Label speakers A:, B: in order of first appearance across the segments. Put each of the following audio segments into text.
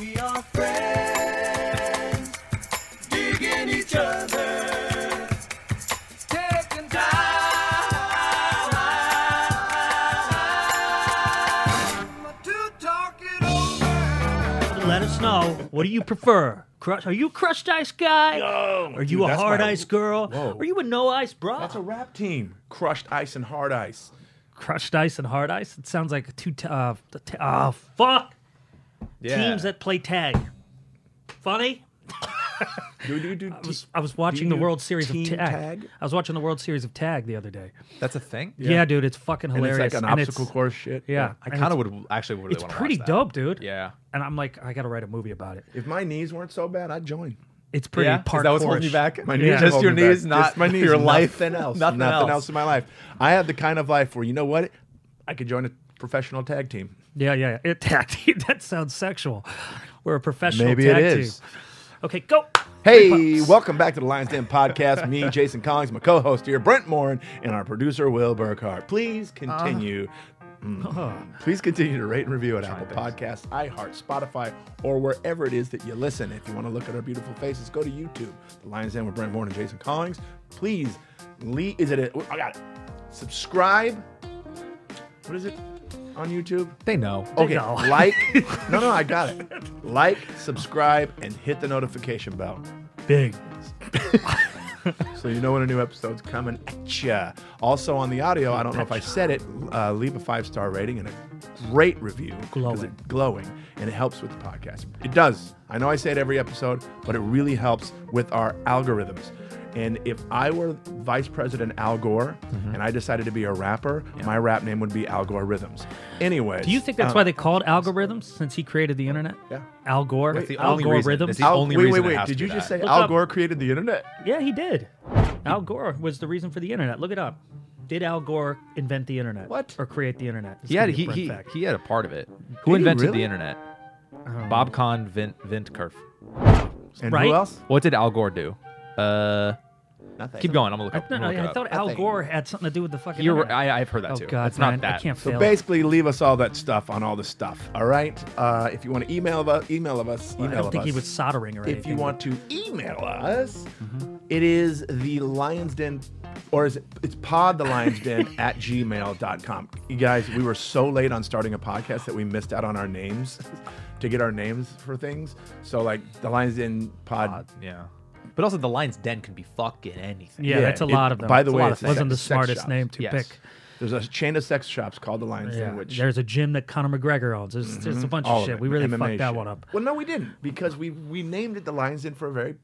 A: We are friends, digging each other, taking time to talk it over.
B: Let us know. What do you prefer? Crush? Are you a crushed ice guy?
C: No.
B: Are you
C: Dude,
B: a
C: that's
B: hard
C: my-
B: ice girl?
C: Whoa.
B: Are you a no ice bra?
C: That's a rap team. Crushed ice and hard ice.
B: crushed ice and hard ice. It sounds like two. T- uh, t- t- uh, fuck.
C: Yeah.
B: Teams that play tag. Funny.
C: Do, do, do,
B: I was, I was watching the
C: you
B: World Series of
C: team
B: tag.
C: tag?
B: I was watching the World Series of tag the other day.
D: That's a thing.
B: Yeah, dude, it's fucking
C: and it's
B: hilarious.
C: like an
B: and
C: obstacle
B: it's-
C: course shit.
B: Yeah,
D: I
B: and
D: kind
B: it's-
D: of would actually would. Really
B: It's
D: wanna watch
B: pretty
D: that.
B: dope, dude.
D: Yeah.
B: And I'm like, I got to write a movie about it.
C: If my knees weren't so bad, I'd join.
B: It's pretty
D: Yeah? Is
B: parkour.
D: that what's holding you
B: sh-
D: back?
C: My
D: Yeah.
C: knees,
B: Just
C: hold
D: your
C: me
D: knees,
C: back.
D: not
C: Just my knees,
D: your life.
C: Nothing else.
D: Nothing
C: else.
D: else.
C: in my life. I have the kind of life where you know what, I could join a professional tag team.
B: Yeah, yeah. yeah. It tag team. That sounds sexual. We're a professional
C: Maybe
B: tag
C: it
B: team.
C: is.
B: Okay, go.
C: Hey, welcome back to the Lions Den podcast. Me, Jason Collins, my co-host here, Brent Morin, and our producer Will Burkhart. Please continue. Mm. Please continue to rate and review at Apple Podcasts, iHeart, Spotify, or wherever it is that you listen. If you want to look at our beautiful faces, go to YouTube, The Lions Den with Brent Morin and Jason Collins. Please, Lee, is it? A, oh, I got it. Subscribe. What is it on YouTube?
D: They know.
C: Okay,
B: No.
C: like. No, no, I got it. Like, subscribe, and hit the notification bell
B: Big.
C: so you know when a new episode's coming at ya. Also on the audio, I don't know if I said it, uh, leave a five star rating and a great review. 'cause
B: Glowing.
C: it- glowing, and it helps with the podcast. It does. I know I say it every episode, but it really helps with our algorithms. And if I were Vice President Al Gore
D: Mm-hmm.
C: and I decided to be a rapper, my rap name would be Al Gore Rhythms. Anyway,
B: Do you think that's why they called algorithms since he created the internet?
C: Yeah.
B: Al Gore.
C: That's the
B: Al
D: only
B: Gore
D: reason.
B: rhythms.
D: That's the only
C: wait, wait,
D: reason it
C: wait!
D: has to
C: Did
D: be
C: you just
D: that.
C: say
B: Look
C: Al
B: up-
C: Gore created the internet?
B: yeah, he did. Al Gore was the reason for the internet. Look it up. Did Al Gore invent the internet?
C: What?
B: Or create the internet? It's
D: He had
B: gonna be
D: he
B: a Brent
D: he,
B: fact.
D: he had a part of it. Who
C: he
D: invented
C: really?
D: the internet?
B: Oh.
D: Bob Kahn, Vint Vintkerf.
C: And
B: Right?
C: who else?
D: What did Al Gore do? Uh,
C: Nothing.
D: keep going. I'm gonna look
B: I,
D: up.
B: no,
D: I'm
B: no,
D: gonna look
B: I
D: it
B: thought
D: up.
B: Al
C: Nothing.
B: Gore had something to do with the fucking.
D: You're.
B: internet.
D: I, I've heard that
B: oh
D: too.
B: God,
D: it's not
B: man,
D: that.
B: I can't
C: So
B: fail. it.
C: basically, leave us all that stuff on all the stuff. All right. Uh, if you want to email of us, email of us, email
B: I don't
C: of
B: think
C: us.
B: he was soldering or anything. Mm-hmm.
C: if you want to email us, it is the Lions Den, or is it? It's pod the Lions Den at gmail.com. You guys, we were so late on starting a podcast that we missed out on our names to get our names for things. So like the Lions Den pod.
D: Yeah. But also, the lion's den can be fucking anything.
B: Yeah,
C: Yeah,
B: that's a
C: it-
B: lot of them.
C: by the
B: It's a
C: way,
B: lot
C: it's
B: of- wasn't the
C: sex- sex
B: smartest
C: shops.
B: name to
D: Yes.
B: pick.
C: There's a chain of sex shops called the Lions Den, which
B: There's a gym that Conor McGregor owns. There's, there's a bunch
C: All
B: of
C: of
B: shit.
C: it.
B: We really
C: MMA
B: fucked that
C: shit.
B: one up.
C: Well, no, we didn't because we we named it the Lions Den for a very,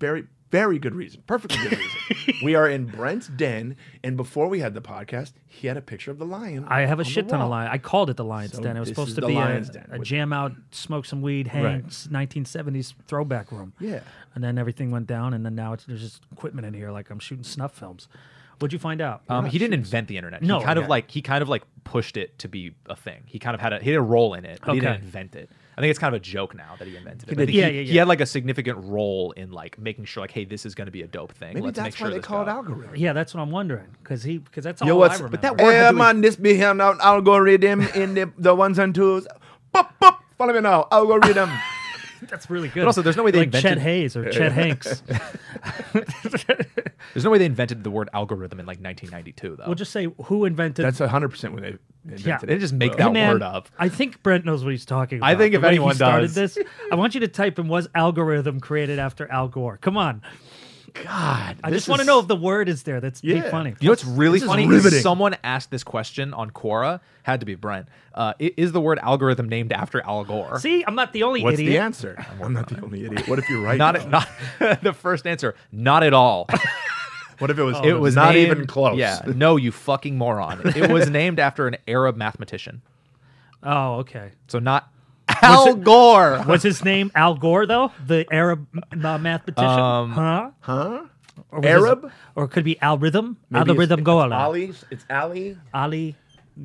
C: very, very good reason. Perfectly good reason. we are in Brent's den, and before we had the podcast, he had a picture of the lion.
B: I have a
C: on the
B: shit ton of
C: wall.
B: lions. I called it the Lions
C: So
B: Den. It was
C: this
B: supposed
C: is
B: to
C: the
B: be a,
C: Lion's Den
B: a
C: with-
B: jam out, smoke some weed, hang,
C: Right.
B: 1970s throwback room.
C: Yeah.
B: And then everything went down, and then now it's, there's just equipment in here, like I'm shooting snuff films. What'd you find out?
D: Um, he didn't invent the internet.
B: No,
D: he kind
B: yeah.
D: of like he kind of like pushed it to be a thing. He kind of had a he had a role in it, but he
B: Okay.
D: didn't invent it. I think it's kind of a joke now that he invented it. But I
C: did.
D: think
B: Yeah,
D: he,
B: yeah,
D: he
B: yeah.
D: had like a significant role in like making sure like, hey, this is going to be a dope thing.
C: Maybe
D: Let's make
C: that's
D: sure
C: why they
D: this
C: call it
D: goes.
C: algorithm.
B: yeah, that's what I'm wondering, because he because that's all
D: Yo,
B: Oh, I
D: what's-
B: remember.
D: but that word-
C: Yeah,
D: had to be-
C: man, this be him now algorithm in the the ones and twos. Pop, pop, follow me now, algorithm.
B: that's really good.
D: also, there's no way they
B: like Chet
D: invented-
B: Hayes or Chet Hanks.
D: There's no way they invented the word algorithm in like 1992 though.
B: We'll just say who invented.
C: that's hundred percent when they invented
B: Yeah.
C: it.
D: they just make
B: Hey,
D: that
B: man,
D: word up.
B: I think Brent knows what he's talking about.
D: I think
B: The
D: if
B: way he
D: anyone
B: started
D: does.
B: this, I want you to type in was algorithm created after Al Gore. Come on.
C: God,
B: I
C: this
B: just want to
C: is-
B: know if the word is there. That's be
C: Yeah.
B: funny.
D: You know what's really
C: This is
D: funny? is
C: riveting.
D: Someone asked this question on Quora. Had to be Brent. Uh, i- is the word algorithm named after Al Gore?
B: See, I'm not the only
C: What's
B: idiot.
C: the answer? I'm not the only idiot. What if you're right?
D: Not,
C: though?
D: not the first answer. Not at all.
C: what if it
B: Oh,
C: was?
D: It was
C: not
D: named-
C: even close.
D: Yeah, no, you fucking moron. It was named after an Arab mathematician.
B: Oh, okay.
D: So not Al Gore.
B: Was his name Al Gore though? The Arab m- uh, mathematician? huh?
C: Um, Huh?
B: Or was his-
C: Arab?
B: or it could be algorithm?
C: Maybe it's-
B: Algorithm
C: it's
B: Goala.
C: Ali. It's Ali.
B: Ali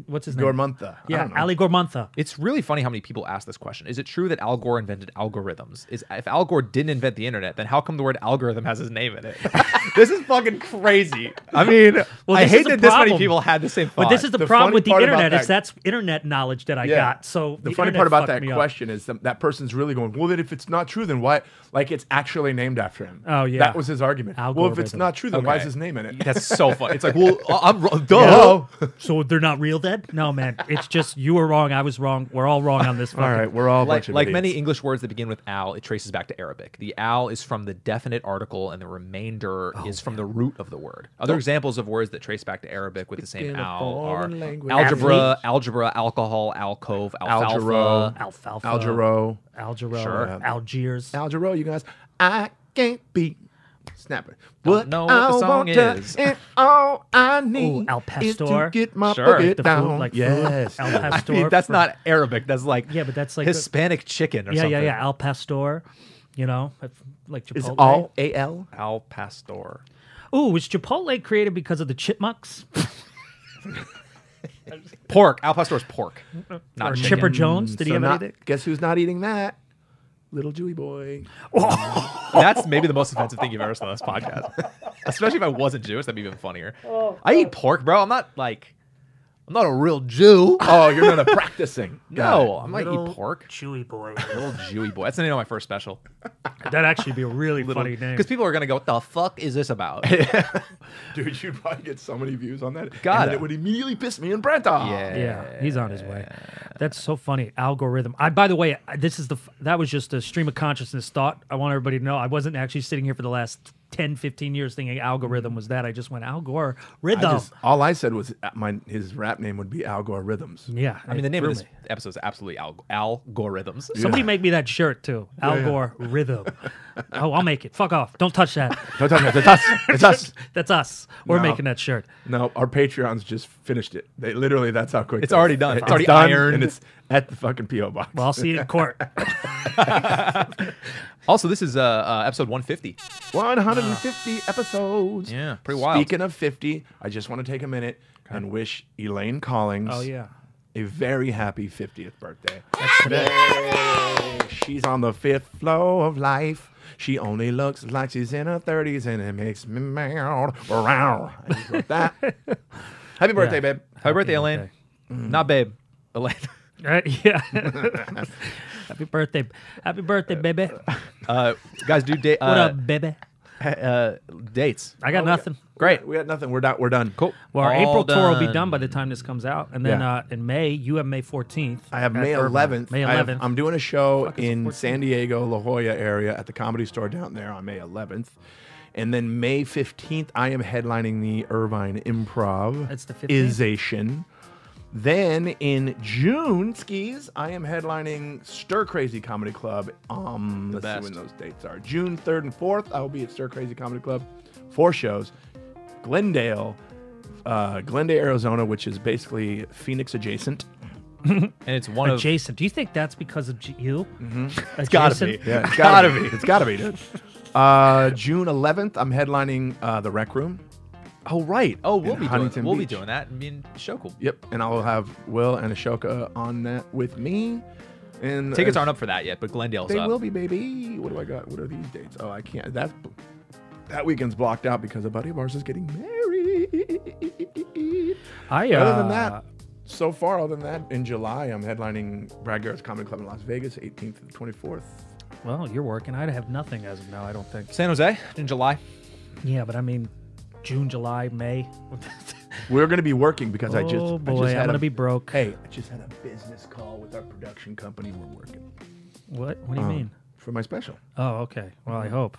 B: what's his name?
C: Gormantha. I
B: Yeah,
C: don't know.
B: Ali Gormantha.
D: It's really funny how many people ask this question. Is it true that Al Gore invented algorithms? Is if Al Gore didn't invent the internet, then how come the word algorithm has his name in it?
C: this is fucking crazy. I mean,
B: Well,
D: I
B: this
D: hate
B: is the
D: that this many
B: problem.
D: people had the same thought.
B: But this is the,
C: the
B: problem
C: funny
B: with the
C: part about
B: internet. Is
C: that-
B: that's internet knowledge that I
C: Yeah.
B: got. So
C: the, funny
B: internet
C: part about
B: fucked
C: that
B: me up.
C: question is that, that person's really going, well, then if it's not true, then why? Like, it's actually named after him.
B: Oh, yeah.
C: That was his argument. Well, if it's
B: Algorithm.
C: not true, then why is
D: Okay.
C: his name in it?
D: That's so funny. It's like, well, I'm wrong. Duh.
C: Hello?
B: So they're not real dead? No, man. It's just you were wrong. I was wrong. We're all wrong on this. Fucking,
C: All right, we're all a
D: Like,
C: bunch of
D: like
C: idiots.
D: many English words that begin with al, it traces back to Arabic. The al is from the definite article, and the remainder is from the root of the word. Other examples of words that trace back to Arabic with the same
C: Speaking a
D: al are
C: foreign language.
D: algebra,
B: Athlete.
D: algebra, alcohol, alcove, alfalfa.
C: Algero.
B: Alfalfa.
C: Algero.
B: Algero.
D: Sure.
B: Algiers.
C: Algero, you guys. I can't be snapper. What
D: know what the
C: I
D: song
C: want to-
D: is.
C: And all I need
B: Al
C: is to
B: Pastor.
C: get my
D: Sure.
C: bucket
B: The food,
C: down.
B: like food.
C: yes.
B: Al
C: I mean,
D: I mean,
B: Pastor
D: that's
B: for-
D: not Arabic. That's like
B: Yeah, but that's like the-
D: Hispanic chicken or
B: Yeah,
D: something.
B: yeah, yeah. Al Pastor. You know, like Chipotle.
C: Is all A L?
D: Al pastor.
B: Ooh, was Chipotle created because of the chipmunks?
D: Pork. Al pastor is pork, not
B: Or
D: chicken.
B: Chipper Jones? Did he
C: So
B: have
C: not,
B: anything?
C: guess who's not eating that? Little Jewy boy.
D: That's maybe the most offensive thing you've ever said on this podcast. Especially if I wasn't Jewish, that'd be even funnier. I eat pork, bro. I'm not like, I'm not a real Jew.
C: Oh, you're not a practicing. Got
D: No, I might
B: Little
D: eat pork.
B: Chewy boy.
D: Little Jewy boy. That's the name of my first special.
B: That'd actually be a really funny name.
D: Because people are gonna go, "What the fuck is this about?"
C: it. dude, you'd probably get so many views on that.
D: Gotta.
C: and then it would immediately piss me and Brent off.
B: Yeah, he's on his way. That's so funny. Algorithm. I by the way, I- this is the f- that was just a stream of consciousness thought. I want everybody to know I wasn't actually sitting here for the last 10, 15 years thinking algorithm was that. I just went Al Gore
C: I
B: rhythm.
C: just, all I said was uh, my his rap name would be Al Gore Rhythms.
B: yeah.
D: I mean, the
B: it
D: name
B: threw
D: of this
B: me.
D: episode is absolutely al- algorithms.
B: Somebody make me that shirt too. Al
C: yeah.
B: Gore rhythm. oh, I'll make it. Fuck off. Don't touch that.
C: Don't touch it. It's us. It's us.
B: That's us. We're
C: No.
B: making that shirt.
C: No, our Patreons just finished it. They literally that's how quick
D: It's
C: they-
D: already done. It's already ironed.
C: and it's at the fucking PO box.
B: Well, I'll see you in court.
D: Also, this is uh, uh episode 150.
C: 150
B: Ah.
C: episodes.
D: Yeah, pretty wild.
C: Speaking of 50, I just want to take a minute and wish Elaine Collins
B: oh yeah.
C: a very happy 50th birthday. Yay! She's on the fifth floor of life. She only looks like she's in her 30s, and it makes me mad. Wow. I just wrote that. Happy birthday, babe.
D: Happy birthday, Elaine.
B: birthday.
D: Not babe. Elaine.
B: Right? Yeah. Happy birthday. Happy birthday, baby. What
D: Uh, guys, do date. Uh,
B: up, baby?
D: uh, dates.
B: I got nothing.
D: Great.
C: We got nothing. We're done. We're done.
D: Cool.
B: Well, our
D: oh, All
B: April tour will be done by the time this comes out, and then
C: Yeah.
B: uh, in May you have May fourteenth.
C: I have May 11th.
B: May
C: I have-
B: eleventh.
C: I'm doing a show
B: is the
C: in San Diego, La Jolla area at the Comedy Store down there on May 11th. And then May 15th, I am headlining the Irvine Improv.
B: That's the 15th?
C: Ization. Then in June, skis, I am headlining Stir Crazy Comedy Club. Um, let's
D: best.
C: see when those dates are. June 3rd and 4th, I will be at Stir Crazy Comedy Club. Four shows. Glendale, uh, Glendale, Arizona, which is basically Phoenix adjacent.
D: And it's one of.
B: Adjacent. Do you think that's because of G- you? Mm-hmm. It's
D: gotta be.
C: Yeah, it's gotta, be. It's gotta be, dude. Uh, June 11th, I'm headlining uh, the Rec Room.
D: Oh right. Oh, we'll
C: In
D: be
C: Huntington
D: doing. We'll
C: Beach.
D: be doing that. I mean, show cool.
C: Yep, and I'll have Will and Ashoka on that with me. And
D: Tickets
C: uh,
D: aren't up for that yet, but Glendale's
C: They
D: up.
C: will be, baby. What do I got? What are these dates? Oh, I can't. That's that weekend's blocked out because a buddy of ours is getting married.
B: I,
C: Other
B: uh,
C: than that, so far, other than that, in July, I'm headlining Brad Garrett's Comedy Club in Las Vegas, 18th to the 24th.
B: well, you're working. I'd have nothing as of now. I don't think.
D: San Jose in July.
B: Yeah, but I mean, June, July, May.
C: We're gonna be working because I just
B: oh
C: I
B: boy,
C: just
B: I'm
C: had
B: gonna
C: a-
B: be broke.
C: Hey, I just had a business call with our production company. We're working
B: what? What
C: Um,
B: do you mean?
C: for my special.
B: Oh, okay. Well, I hope,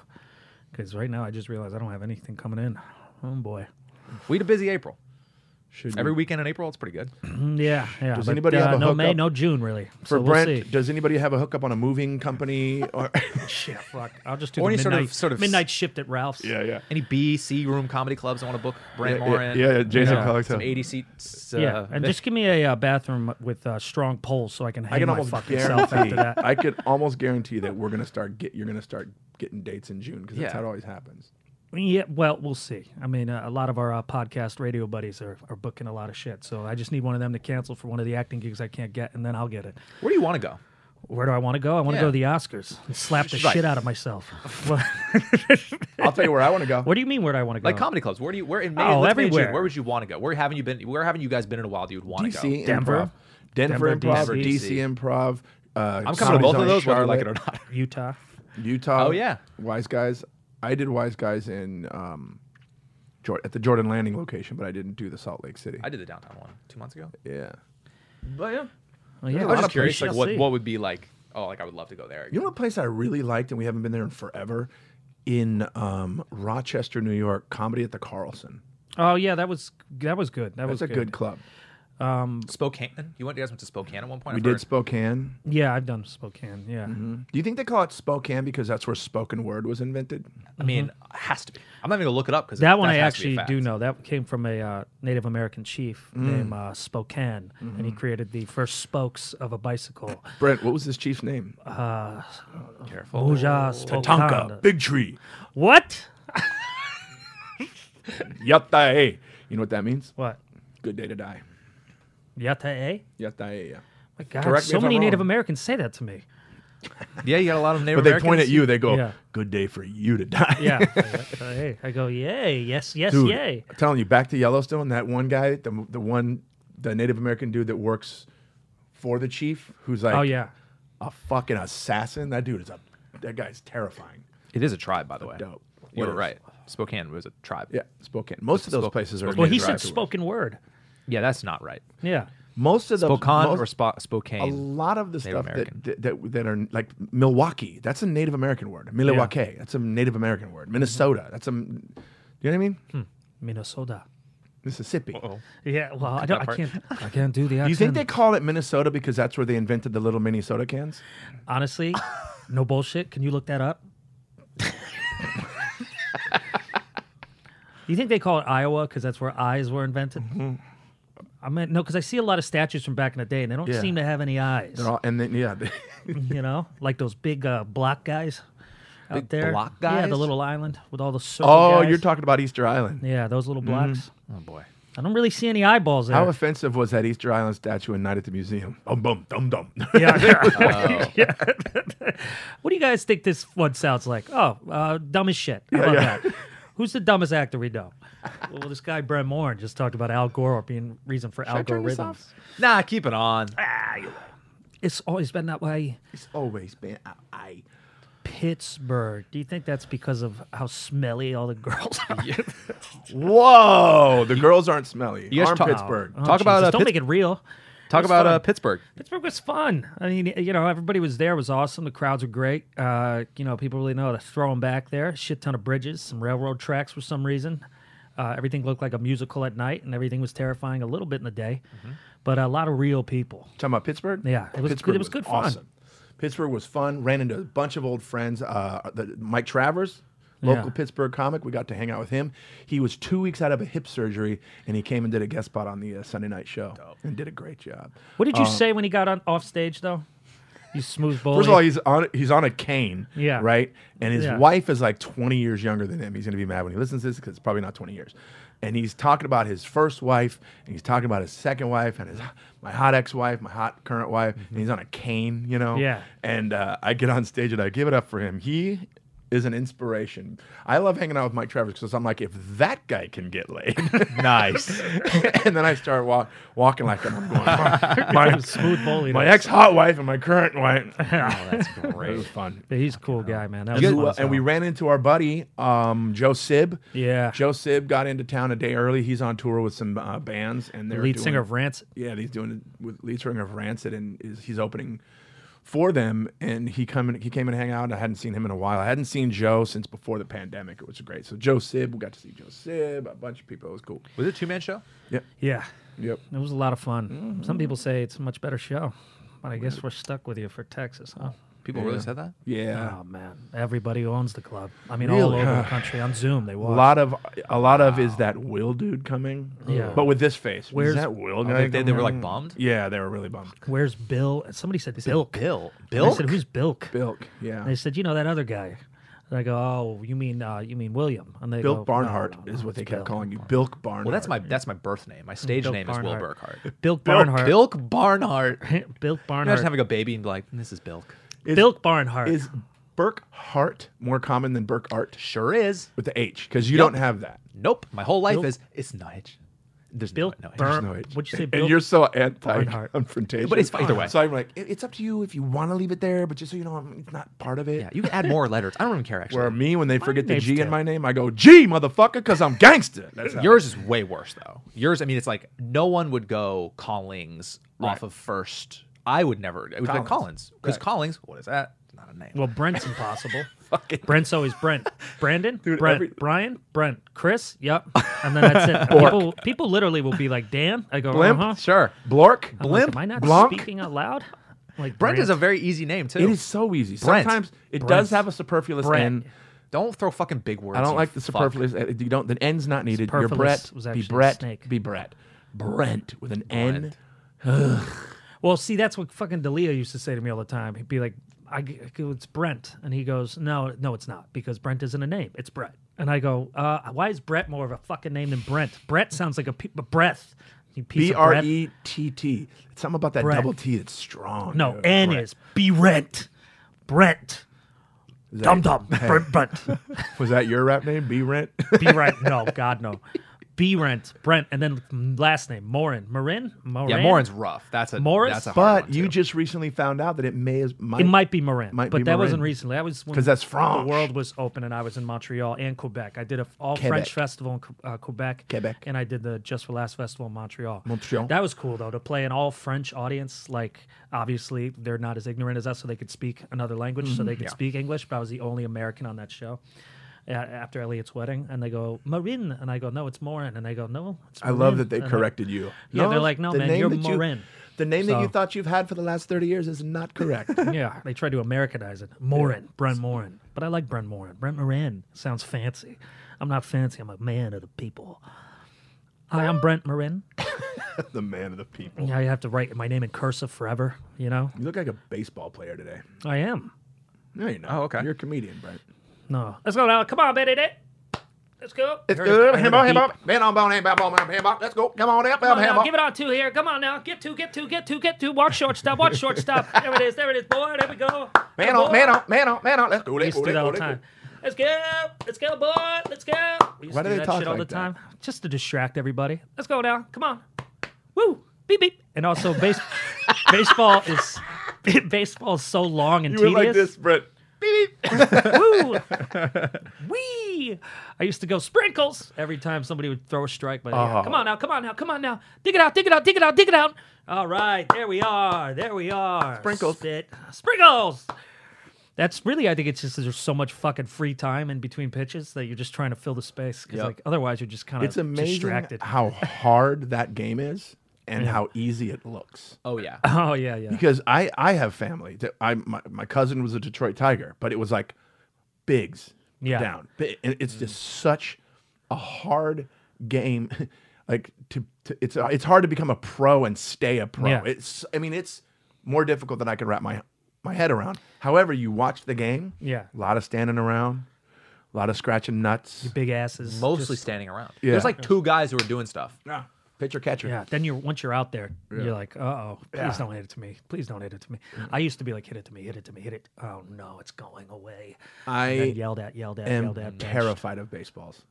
B: because right now I just realized I don't have anything coming in. Oh boy.
D: We had a busy April.
C: Should
D: Every
C: we-
D: weekend in April, it's pretty good.
B: Mm, Yeah, yeah.
C: Does
B: but,
C: anybody
B: uh,
C: have a
B: no May,
C: hookup?
B: no June really?
C: for
B: so
C: Brent?
B: we'll see.
C: Does anybody have a hookup on a moving company? Or
B: Shit, fuck. I'll just do
D: Or
B: the
D: any
B: midnight,
D: sort of- sort of s-
B: midnight shift at Ralph's.
C: yeah.
D: Any B, C room comedy clubs I want to book? Brand
C: Yeah,
D: Morin.
C: yeah, yeah, Jason
D: you
C: Collins.
D: Some 80 seats. Uh,
B: yeah, and just give me a uh, bathroom with uh, strong poles so I can hang
C: I can
B: my
C: almost
B: fucking self
C: guarantee.
B: after that.
C: I could almost guarantee that we're gonna start get. You're gonna start getting dates in June because
D: Yeah.
C: that's how it always happens.
B: Yeah, well, we'll see. I mean, uh, a lot of our uh, podcast radio buddies are, are booking a lot of shit, so I just need one of them to cancel for one of the acting gigs I can't get, and then I'll get it.
D: Where do you want to go?
B: Where do I want to go? I want to
D: Yeah.
B: go to the Oscars and slap the
D: Right.
B: shit out of myself. What-
C: I'll tell you where I want to go.
B: what do you mean? Where do I want to go?
C: Oh.
D: Like comedy clubs. Where do you? Where in May?
B: Oh,
D: let's be in June,
B: everywhere.
D: where would you want to go? Where haven't you been? Where haven't you guys been in a while? That you would want to go.
C: DC
B: Denver.
C: Improv, Denver,
B: Denver, DC.
C: Improv, DC Improv. Uh,
D: I'm coming to
C: Comedy
D: both of
C: Zone
D: those, whether you like
C: Charlotte.
D: it or not.
B: Utah.
C: Utah.
D: Oh, yeah.
C: Wise Guys. I did Wise Guys in um, Jor- at the Jordan Landing location, but I didn't do the Salt Lake City.
D: I did the downtown one two months ago.
C: yeah.
D: But yeah,
B: Well, Oh, yeah,
D: I
B: we
D: was
B: shall
D: just curious, like what,
B: see.
D: what would be like? Oh, like I would love to go there.
C: You know what place I really liked, and we haven't been there in forever, in um, Rochester, New York, comedy at the Carlson.
B: Oh yeah, that was that was good. That
C: That's
B: was
C: a good club.
D: Spokane. You went. You guys went to Spokane at one point.
C: We
D: I've
C: did
D: heard.
C: Spokane.
B: Yeah, I've done Spokane. Yeah,
C: Do you think they call it Spokane because that's where spoken word was invented?
D: I mean, it has to be. I'm not even gonna look it up because
B: that one I actually do know. That came from a uh, Native American chief
C: Mm.
B: named uh, Spokane, and
C: Mm-hmm.
B: he created the first spokes of a bicycle.
C: Brent, what was this chief's name? Oh.
D: Careful.
B: Uja Spokane.
C: Big Tree.
B: What?
C: Yatae. You know what that means?
B: What?
C: Good day to die.
B: Yatae?
C: Yatae, yeah.
B: My God,
C: Correct me
B: so
C: if I'm
B: many Native
C: wrong.
B: Americans say that to me.
D: Yeah, you got a lot of
C: But
D: neighbors.
C: they point at you, they go,
B: Yeah.
C: Good day for you to die.
B: Yeah. Yatae. I go, yay, yes, yes,
C: Dude,
B: yay.
C: I'm telling you, back to Yellowstone, that one guy, the, the one, the Native American dude that works for the chief, who's like
B: Oh, yeah.
C: a fucking assassin. That dude is a, that guy's terrifying.
D: It is a tribe, by the way.
C: Dope.
D: You
C: What
D: were
C: is-
D: right. Spokane was a tribe.
C: Yeah, Spokane. Most of those
D: Spoke-
C: places are.
D: Well,
B: Well,
C: native
B: he said
C: afterwards.
B: spoken word.
D: Yeah, that's not right.
B: Yeah.
C: Most of the
D: Spokane
C: most-
D: or Spo-
C: a
D: Spokane.
C: lot of the
D: Native
C: stuff
D: American.
C: that, that that that are like Milwaukee. That's a Native American word. Milwaukee. That's a Native American word. Minnesota. That's a. You know what I mean?
B: Hmm. Minnesota.
C: Mississippi.
B: Yeah, well, I, don't, I
D: part.
B: can't. I can't do the accent.
C: Do you think they call it Minnesota because that's where they invented the little Minnesota cans?
B: honestly? No bullshit. Can you look that up? you think they call it Iowa because that's where eyes were invented? I mean, no, because I see a lot of statues from back in the day, and they don't
C: Yeah.
B: seem to have any eyes.
C: They're all- and then yeah, they-
B: you know, like those big uh, block guys out
D: Big
B: there.
D: block
B: Yeah, the
D: guys?
B: little island with all the circle
C: oh,
B: guys.
C: you're talking about Easter Island.
B: Yeah, those little blocks.
D: Oh boy.
B: I don't really see any eyeballs there.
C: How offensive was that Easter Island statue and night at the museum? Um, bum, dum, dum.
B: Yeah. yeah. what do you guys think this one sounds like? Oh, uh, dumb as shit. How about
C: yeah.
B: that? Who's the dumbest actor we know? Well, this guy Brent Morin just talked about Al Gore being reason for Al Gore
C: turn this off?
B: rhythms.
D: Nah, keep it on.
B: It's always been that way.
C: It's always been I. I
B: Pittsburgh. Do you think that's because of how smelly all the girls are?
C: Whoa, the girls aren't smelly.
D: You guys
C: Aren't
D: talk-
C: Pittsburgh.
B: Oh,
D: Talk about,
B: Jesus,
D: uh,
B: don't
D: Pitts-
B: make it real.
D: Talk
B: It was
D: about
B: fun.
D: uh, Pittsburgh.
B: Pittsburgh was fun. I mean, you know, everybody was there. It was awesome. The crowds were great. Uh, you know, people really know how to throw them back there. Shit ton of bridges, some railroad tracks for some reason. Uh, everything looked like a musical at night, and everything was terrifying a little bit in the day,
C: Mm-hmm.
B: but a lot of real people.
C: Talking about Pittsburgh?
B: Yeah, it was-
C: Pittsburgh
B: it was good fun.
C: Awesome. Pittsburgh was fun. Ran into a bunch of old friends. Uh, the, Mike Travers, local
B: Yeah.
C: Pittsburgh comic, we got to hang out with him. He was two weeks out of a hip surgery, and he came and did a guest spot on the uh, Sunday night show and did a great job.
B: What did you say when he got on off stage though? You smooth bully.
C: Um, First of all, he's on he's on a cane,
B: Yeah.
C: right. And his
B: Yeah.
C: wife is like 20 years younger than him. He's gonna be mad when he listens to this because it's probably not 20 years. And he's talking about his first wife, and he's talking about his second wife, and his my hot ex-wife, my hot current wife. And he's on a cane, you know.
B: Mm-hmm. Yeah.
C: And uh, I get on stage and I give it up for him. He is an inspiration. I love hanging out with Mike Travers because I'm like, if that guy can get laid,
D: Nice.
C: and then I start walk, walking like I'm going. "Oh, my,
B: smooth bully.
C: my ex-hot wife and my current wife.
D: that's
C: It
D: great.
C: was fun.
B: Yeah, he's a cool guy, man. That was
C: You
B: fun
C: guys-
B: as
C: and we
B: hell.
C: ran into our buddy um, Joe Sib.
B: Yeah.
C: Joe Sib got into town a day early. He's on tour with some uh, bands, and they're
B: lead
C: doing-
B: singer of Rancid.
C: Yeah, he's doing it with lead singer of Rancid, and is, he's opening for them. And he come in, he came and hang out. And I hadn't seen him in a while. I hadn't seen Joe since before the pandemic. It was great. So Joe Sib, we got to see Joe Sib, a bunch of people. It was cool.
D: Was it a two man show?
C: Yep,
B: Yeah,
C: yep.
B: it was a lot of fun.
C: Mm-hmm.
B: Some people say it's a much better show, but I guess we're stuck with you for Texas, huh?
D: People really said that.
C: Yeah,
B: Oh man, everybody who owns the club. I mean, all
C: Really?
B: over the country on Zoom they
C: a
B: watch.
C: lot of a lot of is that Will dude coming?
B: Yeah.
C: but with this face, Where's,
B: Where's-
C: is that Will guy?
D: They, they, they were like
C: coming?
D: bummed.
C: Yeah, they were really bummed.
B: Where's Bill? And somebody said Bilk.
D: Bill.
B: And I said, "Who's Bilk?"
C: Bilk, yeah.
B: And they said, "You know that other guy." I And I go, oh, you mean uh, you mean William? And they
C: Bill
B: go, "No,
C: Barnhart
B: no, no,
C: is what they
B: it's
C: kept
B: Bill."
C: calling you. Bilk Barnhart.
D: Well, that's my that's my birth name. My stage
B: Bilk
D: name is Will
B: Barnhart.
D: Burkhart.
B: Bilk Barnhart. Bilk,
D: Bilk Barnhart.
B: Barnhart.
D: Imagine having a baby and be like, this is Bilk.
C: Is-
B: Bilk Barnhart.
C: Is Burkhart more common than Burkhart
D: Sure is.
C: with the H? Because you
D: Yep.
C: don't have that.
D: Nope. My whole life
B: Nope.
D: is it's not H. There's
B: Bilk
D: no, no H.
B: Barn-
C: There's no H.
B: What'd you say,
C: And
B: Bill?
C: you're so anti
B: Barnhart.
C: confrontation.
D: But it's fine either way.
C: So I'm like, "It- it's up to you if you want to leave it there, but just so you know, I'm- it's not part of it.
D: Yeah, you can add more letters. I don't even care actually.
C: Where me, when they forget the
B: name's
C: G in
B: Tim.
C: my name, I go G, motherfucker, because I'm gangster. That's how-
D: Yours is way worse though. Yours, I mean, it's like no one would go Collings off of first. I would never. It would be
C: Collins.
D: Collins because
C: Right.
D: Collins. What is that? It's not a name.
B: well, Brent's impossible.
D: Fucking-
B: Brent's always Brent. Brandon, Brent,
C: every-
B: Brian, Brent, Chris. Yep. And then that's it. people, people literally will be like, Dan. I go,
C: Blimp?
B: uh-huh.
D: sure.
C: Blork,
B: I'm like,
C: blimp,
B: Am I not
C: Blanc.
B: speaking out loud? Like
D: Brent is a very easy name too.
C: It is so easy.
D: Brent.
C: Sometimes it
B: Brent.
C: does have a superfluous
B: Brent.
C: N.
D: Don't throw fucking big words.
C: I don't
D: you
C: like the
D: fuck.
C: superfluous. uh, You don't. The N's not needed. You're
B: Superfluous
C: Brett.
B: was
C: Be
B: actually a
C: Brett.
B: snake.
C: Be Brett. Brent with an N.
D: Brent.
B: Well, see, that's what fucking Delia used to say to me all the time. He'd be like, I, g- I go, "It's Brent," and he goes, "No, no, it's not because Brent isn't a name. It's Brett." And I go, uh, "Why is Brett more of a fucking name than Brent? Brett sounds like a pe- a breath. You piece
C: B
B: of breath.
C: R E T T. It's something about that
B: Brent.
C: double T that's strong.
B: No,
C: dude.
B: N
C: Brent.
B: is be Brent. Brent.
C: Is that-
B: Dum dum. Brent. Brent.
C: Was that your rap name? B Rent.
B: Be Brent. No, God no. Be Brent. Brent. And then mm, last name Morin. Marin. Morin.
D: Yeah, Morin's rough. That's a
B: Morris?
D: That's a hard
C: but
D: one,
C: you
D: too.
C: just recently found out that it may as might.
B: It might be Morin,
C: Might
B: but
C: be
B: that wasn't
C: Morin.
B: recently. That was when
C: 'Cause that's French.
B: The world was open, and I was in Montreal and Quebec. I did a all
C: Quebec.
B: French festival in Que- uh, Quebec,
C: Quebec.
B: and I did the Just for Last festival in Montreal.
C: Montreal.
B: That was cool though to play an all French audience. Like obviously they're not as ignorant as us, so they could speak another language, so
C: Mm-hmm.
B: they could speak English. But I was the only American on that show. a- After Elliot's wedding, and they go Marin, and I go no, it's Morin, and they go no, it's
C: I love
B: Marin."
C: that they
B: And I-
C: corrected you.
B: Uh-huh. Yeah, they're like, no,
C: the
B: man,
C: name
B: you're
C: that you-
B: Morin.
C: The name that you
B: So-
C: thought you've had for the last thirty years is not correct.
B: Yeah, they tried to Americanize it. Morin, Brent Morin. But I like Brent Morin. Brent Morin sounds fancy. I'm not fancy. I'm a man of the people. Hi, I'm Brent Morin.
C: the man of the people.
B: Yeah, I have to write my name in cursive forever, you know?
C: You look like a baseball player today.
B: I am.
C: No, you're not.
D: Oh, okay.
C: You're a comedian, Brent.
B: No. Let's go now. Come on, baby. Dick. Let's go.
C: It's
B: I heard-
C: good.
B: I heard
C: Him
B: a
C: on, him
B: beep.
C: on. Man on bone, him on bone, him on. Let's go. Come on up,
B: Come on
C: him
B: now,
C: on.
B: give it on two here. Come on now. Get two, get two, get two, get two. Watch shortstop, watch shortstop. There it is, there it is, boy. There we go. Good
C: Man on,
B: boy.
C: man oh. on, man on, man on. Let's go.
B: We
C: Let's
B: used
C: go.
B: to do
C: Let's
B: that
C: go.
B: all the time.
C: Let's go.
B: Let's go, let's go, boy, let's go. We used
C: Why
B: to do
C: do they
B: that
C: talk
B: shit all
C: like
B: the
C: that?
B: time, just to distract everybody. Let's go now, come on, woo, beep beep. And also, base- baseball is baseball is so long and
C: You were
B: tedious.
C: like this, Brent.
B: Woo, wee. I used to go sprinkles every time somebody would throw a strike. But
C: Oh.
B: come on now, come on now, come on now, dig it out, dig it out, dig it out, dig it out. All right, there we are, there we are.
C: Sprinkles.
B: Spit. sprinkles. That's really, I think it's just there's so much fucking free time in between pitches that you're just trying to fill the space because
D: Yep.
B: like otherwise you're just kind
C: It's
B: of
C: amazing
B: distracted.
C: how hard that game is and how easy it looks.
D: Oh yeah.
B: Oh yeah, yeah.
C: Because I, I have family. that I my, my cousin was a Detroit Tiger, but it was like bigs
B: Yeah.
C: down. Bi- And it's just such a hard game. like to, to it's it's hard to become a pro and stay a pro.
B: Yeah.
C: It's I mean it's more difficult than I could wrap my my head around. However, you watch the game.
B: Yeah.
C: A lot of standing around. A lot of scratching nuts.
B: Big asses.
D: Mostly
B: just-
D: standing around.
C: Yeah.
D: There's like two guys who are doing stuff.
C: Yeah. Pitcher catcher.
B: Yeah. Then you're once you're out there, you're like, uh oh, please don't hit it to me. Please don't hit it to me.
C: Mm-hmm.
B: I used to be like, hit it to me, hit it to me, hit it. Oh no, it's going away.
C: I
B: And then yelled at, yelled at,
C: am
B: yelled at. benched.
C: terrified of baseballs.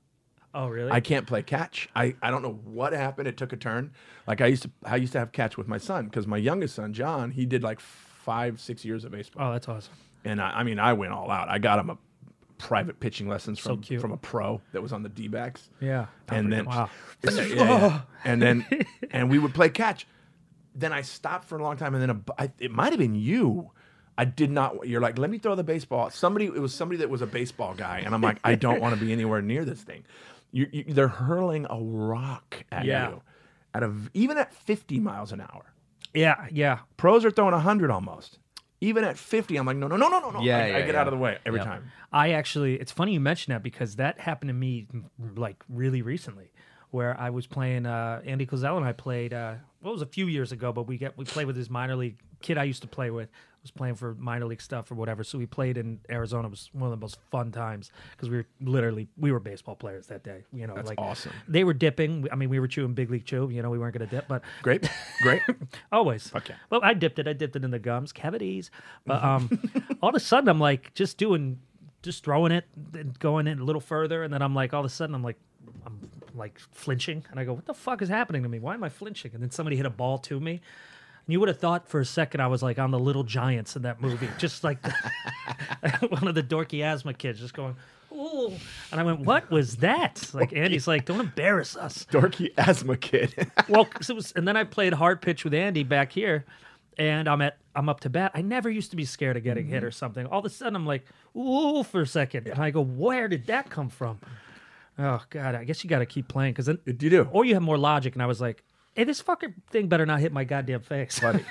B: Oh really?
C: I can't play catch. I, I don't know what happened. It took a turn. Like I used to I used to have catch with my son because my youngest son John he did like five six years of baseball
B: oh, that's awesome.
C: and I, I mean I went all out. I got him a private pitching lessons from
B: cute.
C: from a pro that was on the D backs.
B: Yeah.
C: and then
B: Wow.
C: Yeah, yeah, yeah. and then and we would play catch. Then I stopped for a long time, and then a bu- I it might have been you. I did not. You're like, let me throw the baseball. Somebody, it was somebody that was a baseball guy, and I'm like, I don't want to be anywhere near this thing. You, you, they're hurling a rock at
B: Yeah.
C: you, at a v even at 50 miles an hour.
B: Yeah, yeah.
C: Pros are throwing 100 almost. Even at 50, I'm like, no, no, no, no, no, no.
D: Yeah,
C: I, I
D: yeah,
C: get
D: yeah.
C: out of the way every
D: Yep.
C: time.
B: I actually, it's funny you mention that because that happened to me m- like really recently, where I was playing uh, Andy Cozell and I played. Uh, well, it was a few years ago, but we get we played with this minor league kid I used to play with was playing for minor league stuff or whatever. So we played in Arizona. It was one of the most fun times because we were literally we were baseball players that day. You know,
D: That's
B: like
D: awesome.
B: They were dipping. I mean, we were chewing big league chew. You know, we weren't going to dip, but
C: Great, great.
B: Always.
C: Okay.
B: Well, I dipped it. I dipped it in the gums, cavities. But um, all of a sudden, I'm like just doing, just throwing it, and going in a little further, and then I'm like, all of a sudden, I'm like, I'm like flinching, and I go, what the fuck is happening to me? Why am I flinching? And then somebody hit a ball to me. And you would have thought for a second I was like on the Little Giants in that movie, just like one of the dorky asthma kids, just going, "Ooh!" And I went, "What was that?" Like Andy's like, "Don't embarrass us."
C: Dorky asthma kid.
B: well, 'cause it was, and then I played hard pitch with Andy back here, and I'm at I'm up to bat. I never used to be scared of getting hit or something. All of a sudden, I'm like, ooh, for a second, and I go, where did that come from? Oh God, I guess you got to keep playing because then
C: You do.
B: or you have more logic. And I was like, hey, this fucking thing better not hit my goddamn face.
C: Buddy,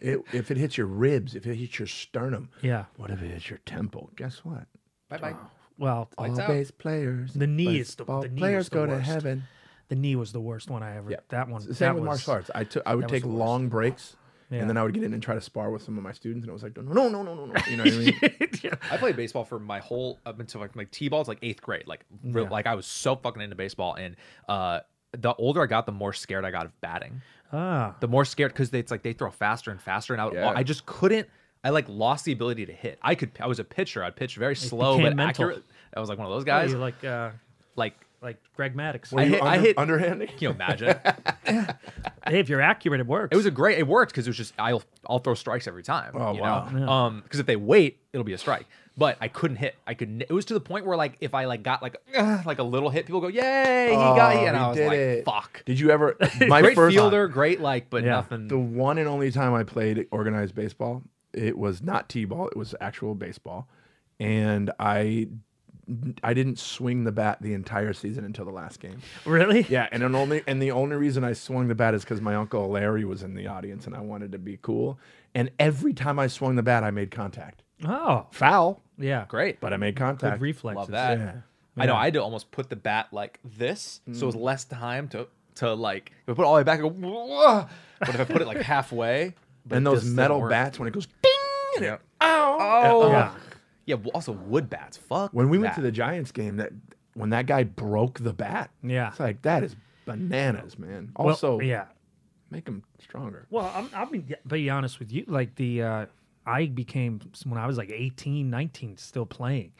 C: it, if it hits your ribs, if it hits your sternum,
B: Yeah.
C: What if it hits your temple? Guess what?
D: Bye bye.
B: well,
C: All base players.
B: The knee is the-
C: baseball
B: the knee
C: players
B: was the
C: go to
B: worst.
C: heaven.
B: the knee was the worst one I ever. That one.
C: Same
B: that
C: with
B: was,
C: martial arts. I took I would
B: that was
C: take
B: the worst.
C: long breaks,
B: Yeah.
C: and then I would get in and try to spar with some of my students, and I was like, no, no, no, no, no, no. You know what I mean?
B: Yeah.
D: I played baseball for my whole up until like my t-ball is like eighth grade. Like real, like I was so fucking into baseball, and uh, the older I got, the more scared I got of batting.
B: Ah,
D: The more scared because it's like they throw faster and faster, and I would,
C: Yeah.
D: I just couldn't. I like lost the ability to hit. I could. I was a pitcher. I'd pitch very slow
B: became
D: but
B: mental.
D: accurate. I was like one of those
B: guys
D: guys. like,
B: like uh, like Greg Maddox.
C: Were
D: I
C: you
D: hit- I
C: under,
D: hit-
C: underhanded.
D: can you imagine?
B: hey, if you're accurate, it works.
D: It was a great. It worked because it was just I'll I'll throw strikes every time.
C: Oh,
D: you
C: wow.
D: Know? Um, because if they wait, it'll be a strike. But I couldn't hit. I could. n- It was to the point where like if I like got like "Ugh," like a little hit, people go yay, he
C: Oh,
D: got you, and I was like fuck.
C: Did you ever? My
D: great
C: first
D: fielder, great like, but
B: Yeah.
D: nothing.
C: The one and only time I played organized baseball, it was not t-ball; it was actual baseball, and I, I didn't swing the bat the entire season until the last game.
B: really.
C: Yeah, and an only and the only reason I swung the bat is because my uncle Larry was in the audience, and I wanted to be cool. And every time I swung the bat, I made contact.
B: Oh,
C: Foul,
B: yeah.
D: great,
C: but I made
B: Good
C: contact.
B: reflexes.
D: love that.
C: Yeah. Mm.
D: I know. I had to almost put the bat like this, so it was less time to to like. If I put it all the way back, I go. "Whoa." But if I put it like halfway, but
C: and
D: it
C: those
D: just didn't
C: metal
D: work.
C: bats when it goes ding, and
D: Yeah.
C: it, ow,
D: Oh.
C: Yeah.
B: Yeah.
D: Yeah. well, Also wood bats. Fuck.
C: When we went
D: that.
C: to the Giants game, that when that guy broke the bat,
B: Yeah.
C: it's like that is bananas, man.
B: Well,
C: Also,
B: yeah.
C: make them stronger.
B: Well, I'm, I'll be, be honest with you. Like the, uh, I became when I was like 18, 19, still playing.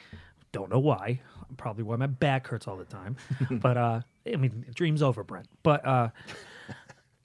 B: Don't know why. Probably why my back hurts all the time. but uh, I mean, dreams over, Brent. But uh,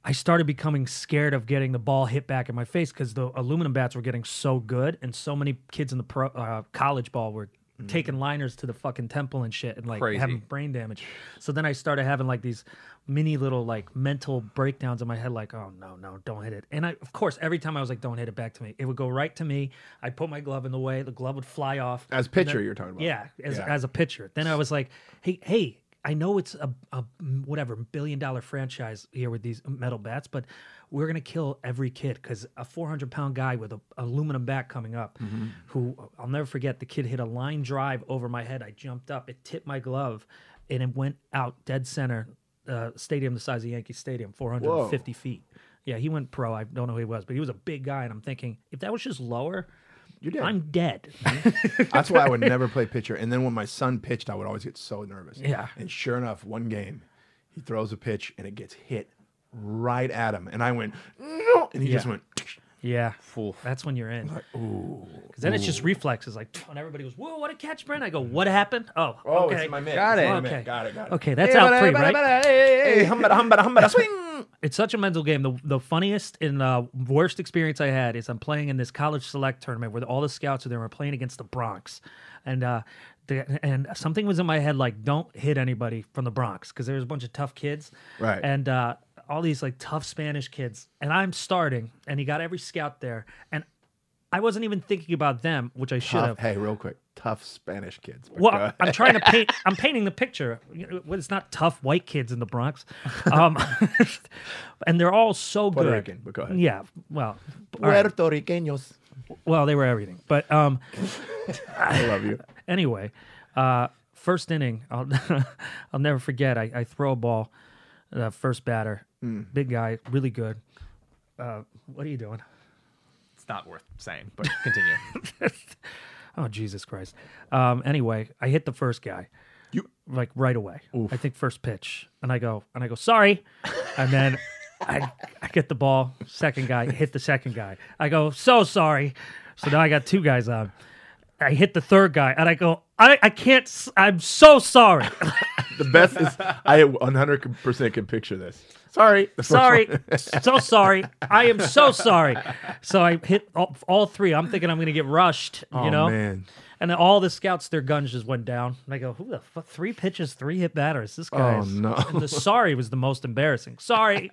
B: I started becoming scared of getting the ball hit back in my face because the aluminum bats were getting so good, and so many kids in the pro, uh, college ball were taking liners to the fucking temple and shit, and like
D: Crazy.
B: having brain damage. So then I started having like these mini little like mental breakdowns in my head, like, oh no, no, don't hit it. And I, of course, every time I was like, don't hit it back to me, it would go right to me. I'd put my glove in the way, the glove would fly off.
C: As pitcher, you're talking about.
B: Yeah, as,
C: Yeah.
B: as a pitcher. Then I was like, hey, hey, I know it's a, a whatever billion dollar franchise here with these metal bats, but we're gonna kill every kid because a 400 pound guy with a aluminum bat coming up,
C: Mm-hmm.
B: who I'll never forget, the kid hit a line drive over my head. I jumped up, it tipped my glove, and it went out dead center. Uh, stadium the size of Yankee Stadium, 450 feet. Yeah, he went pro. I don't know who he was, but he was a big guy, and I'm thinking if that was just lower,
C: You're dead.
B: I'm dead.
C: That's why I would never play pitcher. And then when my son pitched, I would always get so nervous.
B: Yeah.
C: And sure enough, one game, he throws a pitch and it gets hit right at him, and I went no, and he just
B: Yeah.
C: went.
B: Yeah, that's when you're in. Because then it's just reflexes. Like, and everybody goes, "Whoa, what a catch, Brent!" I go, "What happened?" Oh,
C: Oh,
B: okay,
C: it's in my mitt.
D: Got
C: It's
D: it.
C: in my mitt.
B: okay,
C: Got it. Got it.
B: Okay, that's out three, right?
C: Hey, humbada, humbada, humbada, swing.
B: It's such a mental game. The, the funniest and uh, worst experience I had is I'm playing in this college select tournament where all the scouts are there. and We're playing against the Bronx, and uh, the, and something was in my head like, don't hit anybody from the Bronx because there was a bunch of tough kids,
C: Right.
B: And uh, all these like tough Spanish kids, and I'm starting, and he got every scout there, and I wasn't even thinking about them, which I should
C: Tough,
B: have.
C: hey, real quick, tough Spanish kids. but uh, go
B: Well,
C: ahead.
B: I'm trying to paint. I'm painting the picture. You know, well, It's not tough white kids in the Bronx, um, and they're all so
C: Puerto
B: good.
C: Rican, but go ahead.
B: Yeah. Well. all right.
C: Puerto Ricanos.
B: Well, they were everything. But um,
C: I love you.
B: anyway, uh, first inning, I'll I'll never forget. I, I throw a ball, uh,
C: Mm.
B: first batter, big guy, really good. Uh, what are you doing?
D: it's not worth saying, but continue.
B: Oh Jesus Christ! Um, anyway, I hit the first guy, like right away. I think first pitch, and I go and I go sorry, and then I I get the ball. Second guy hit the second guy. I go so sorry. So now I got two guys on. I hit the third guy, and I go I I can't. s- I'm so sorry.
C: The best is I 100% can picture this. Sorry. The first
B: sorry,
C: one.
B: so sorry. I am so sorry. So I hit all, all three. I'm thinking I'm going to get rushed, you
C: Oh,
B: know.
C: man.
B: And then all the scouts, their guns just went down. And I go, who the fuck? Three pitches, three hit batters. This guy.
C: Oh,
B: is-
C: no.
B: And the sorry was the most embarrassing. Sorry,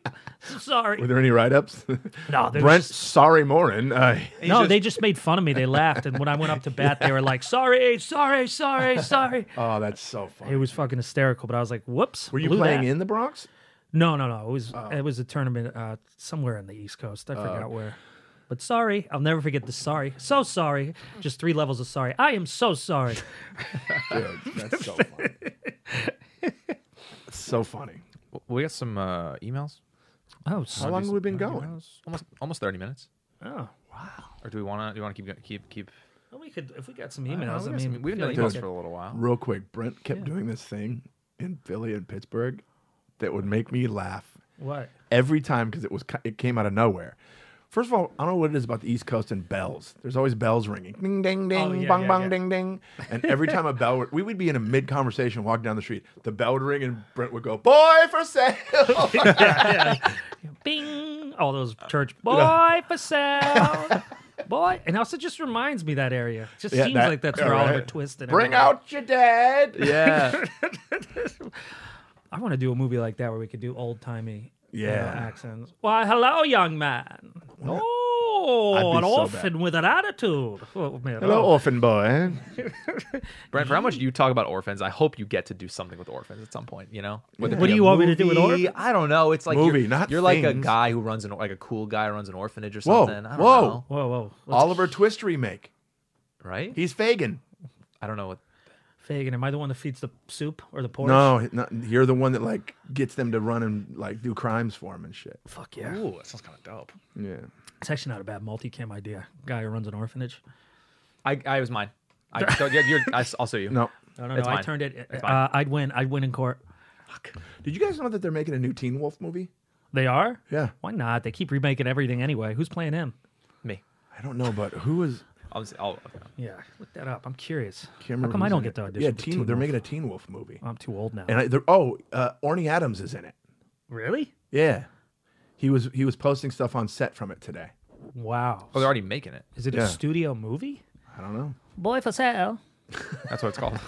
B: sorry.
C: Were there any write ups?
B: No, there was
C: Brent,
B: just-
C: sorry, Morin. Uh,
B: no,
D: just-
B: they just made fun of me. They laughed, and when I went up to bat, they were like, "Sorry, sorry, sorry, sorry."
C: oh, that's so funny.
B: It was fucking hysterical. But I was like, "Whoops."
C: Were you
B: blew
C: playing
B: that.
C: in Oh. the Bronx?
B: No, no, no. It was it was a tournament uh, somewhere on the East Coast.
C: Oh.
B: I forgot where. But sorry, I'll never forget the sorry. So sorry. Just three levels of sorry. I am so sorry.
C: Dude, that's so funny. so funny.
D: we got some uh, emails.
B: Oh,
C: How
B: sorry.
C: long have we been going?
D: Emails? Almost almost thirty minutes.
C: Oh.
D: Or do we want to? Do you want to keep go- keep keep?
B: we could if we got some
C: Uh,
D: I don't know,
B: emails. I,
D: we got
B: mean,
D: some- we
B: feel
D: haven't
B: like
D: done
B: we
D: emails for
B: could-
D: a little while.
C: Real quick, Brent kept doing this thing in Philly and Pittsburgh that would make me laugh
B: what?
C: every time because it was ki- it came out of nowhere. First of all, I don't know what it is about the East Coast and bells. There's always bells ringing, ding ding ding,
B: yeah,
C: bong
B: yeah,
C: bong
B: yeah.
C: ding ding, and every time a bell, would, we would be in a mid conversation, walking down the street, the bell would ring, and Brent would go, "Boy for sale."
B: Bing! All those
C: Uh,
B: church boy for sale. Boy, and also just reminds me that area. It just
C: Yeah,
B: seems
C: that-
B: like that's
C: yeah,
B: where Oliver
C: right.
B: Twist and
C: Bring
B: everyone-
C: out your dad.
D: Yeah.
B: I want to do a movie like that where we could do old timey
C: Yeah.
B: accents. Why, hello, young man. Oh,
C: be
B: an
C: so
B: orphan
C: bad.
B: with an attitude. Oh, man.
C: Hello,
B: Oh.
C: orphan boy.
D: Brent, for how much you talk about orphans, I hope you get to do something with orphans at some point. You know, Whether it be
B: What do
D: a
B: you want me to do with
D: movie,
B: orphans?
D: I don't know. It's like
C: Movie,
D: you're,
C: not
D: you're like a
C: things.
D: guy who runs an or- like a cool guy who runs an orphanage or
C: Whoa,
D: something. I don't
C: whoa.
D: know,
B: Whoa, whoa. Let's-
C: Oliver Twist remake.
D: right?
C: He's Fagin.
D: I don't know what.
B: Fagin, am I the one that feeds the soup or the porridge?
C: No, not, you're the one that like gets them to run and like do crimes for him and shit.
B: Fuck yeah.
D: Ooh, that sounds kind of dope.
C: Yeah.
B: It's actually not a bad multicam idea. Guy who runs an orphanage.
D: I, I was mine. I, so, yeah, you're, I, will sue you.
C: No.
B: No, no,
D: It's
B: no. I
D: fine.
B: turned it.
D: It's
B: Uh,
D: fine.
B: I'd win. I'd win in court.
C: Did you guys know that they're making a new Teen Wolf movie?
B: They are?
C: Yeah.
B: Why not? They keep remaking everything anyway. Who's playing him?
D: me.
C: I don't know, but who was?
D: I'll, just, I'll
B: Yeah. Look that up. I'm curious.
C: Can't
B: How
C: remember
B: come I
C: who's
B: don't
C: in
B: get
C: it.
B: to audition?
C: Yeah,
B: for
C: teen,
B: Teen
C: they're
B: Wolf?
C: making a Teen Wolf movie,
B: I'm too old now.
C: and I, they're oh, uh, Orny Adams is in it.
B: really?
C: Yeah, he was he was posting stuff on set from it today.
B: Wow.
D: Oh, they're already making it.
B: Is it
C: Yeah.
B: a studio movie?
C: I don't know.
B: Boy for sale.
D: That's what it's called.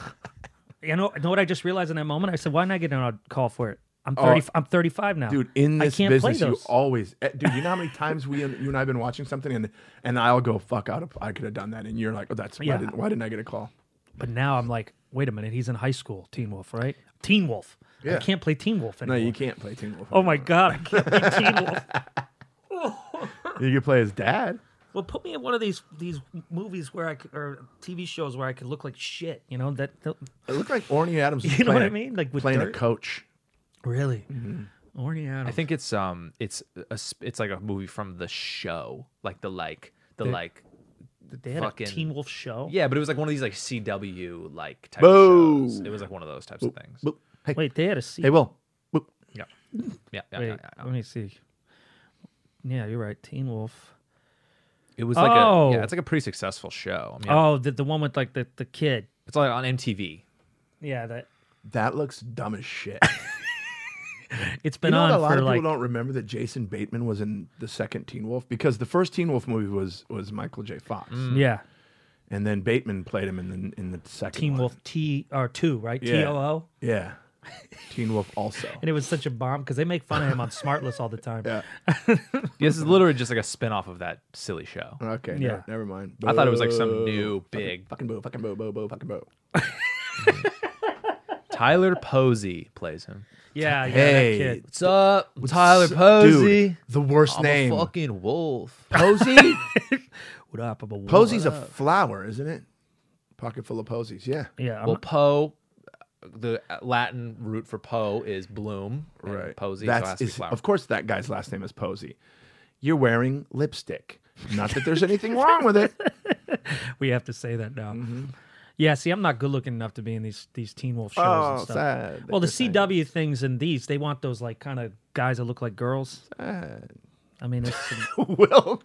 B: You know, you know what I just realized in that moment? I said, why not get a call for it? I'm
C: Oh.
B: 30, I'm 35 now.
C: Dude, in this
B: I can't
C: business,
B: play
C: you
B: those.
C: always eh, dude. You know how many times we and, you and I have been watching something, and and I'll go fuck out. I could have done that, and you're like, oh, that's why
B: Yeah.
C: didn't why didn't I get a call?
B: but now I'm like, wait a minute, he's in high school, Teen Wolf, right? Teen Wolf.
C: Yeah.
B: I can't play Teen Wolf
C: No,
B: anymore.
C: you can't play Teen Wolf.
B: Oh my God, I can't play Teen Wolf.
C: You can play his dad.
B: Well, put me in one of these these movies where I could, or TV shows where I could look like shit. You know that? that-
C: It looked like Orny Adams. Was
B: You know what
C: playing
B: I
C: a-
B: mean? Like with
C: playing
B: dirt.
C: a coach.
B: really? Orny Adams.
D: I think it's um, it's a, sp- it's like a movie from the show, like the like the like.
B: they had
D: fucking-
B: a Teen Wolf show.
D: Yeah, but it was like one of these like CW like type
C: Boo.
D: of shows. It was like one of those types of things.
C: Boop. Hey,
B: Wait, they had a se-
C: hey, Will. Boop.
D: Yeah. Yeah, yeah,
B: Wait,
D: yeah, yeah.
B: let me see. Yeah, you're right. Teen Wolf.
D: It was like a
B: Oh.
D: yeah, it's like a pretty successful show. I mean,
B: Oh, the the one with like the the kid.
D: it's like on MTV.
B: Yeah, that
C: That looks dumb as shit.
B: it's
C: You
B: been
C: know what?
B: on
C: A lot
B: for
C: of
B: like.
C: people don't remember that Jason Bateman was in the second Teen Wolf because the first Teen Wolf movie was was Michael J. Fox,
D: Mm.
B: Yeah,
C: and then Bateman played him in the in the second
B: Teen
C: one.
B: Wolf T or two, right?
C: Yeah.
B: T O O.
C: Yeah, Teen Wolf also.
B: And it was such a bomb because they make fun of him on Smartless all the time.
C: Yeah.
D: This is literally just like a spin-off of that silly show.
C: Okay. Yeah.
B: Yeah.
C: Never, mind.
D: I thought it was like some
C: Boo.
D: new big
C: fucking boo, fucking boo, boo, boo, fucking boo.
D: Tyler Posey plays him.
B: yeah, yeah.
C: Hey.
B: That kid.
D: What's up?
C: S- dude, the worst name.
D: fucking wolf.
C: Posey.
B: What up? I'm a wolf.
C: Posey's a flower, isn't it? Pocket full of posies. Yeah.
B: Yeah, I'm
D: Well, Poe, the Latin root for Poe is bloom. and Posey, so it
C: That's
D: has to be
C: is-
D: flower.
C: of course that guy's last name is Posey. You're wearing lipstick. Not that there's anything wrong with it.
B: We have to say that now.
C: Mm-hmm.
B: Yeah, see, I'm not good looking enough to be in these these Teen Wolf shows and
C: Oh,
B: stuff.
C: sad that
B: Well, the
C: you're saying
B: CW things and these, they want those like kind of guys that look like girls. I mean, it's, oh,
C: Will.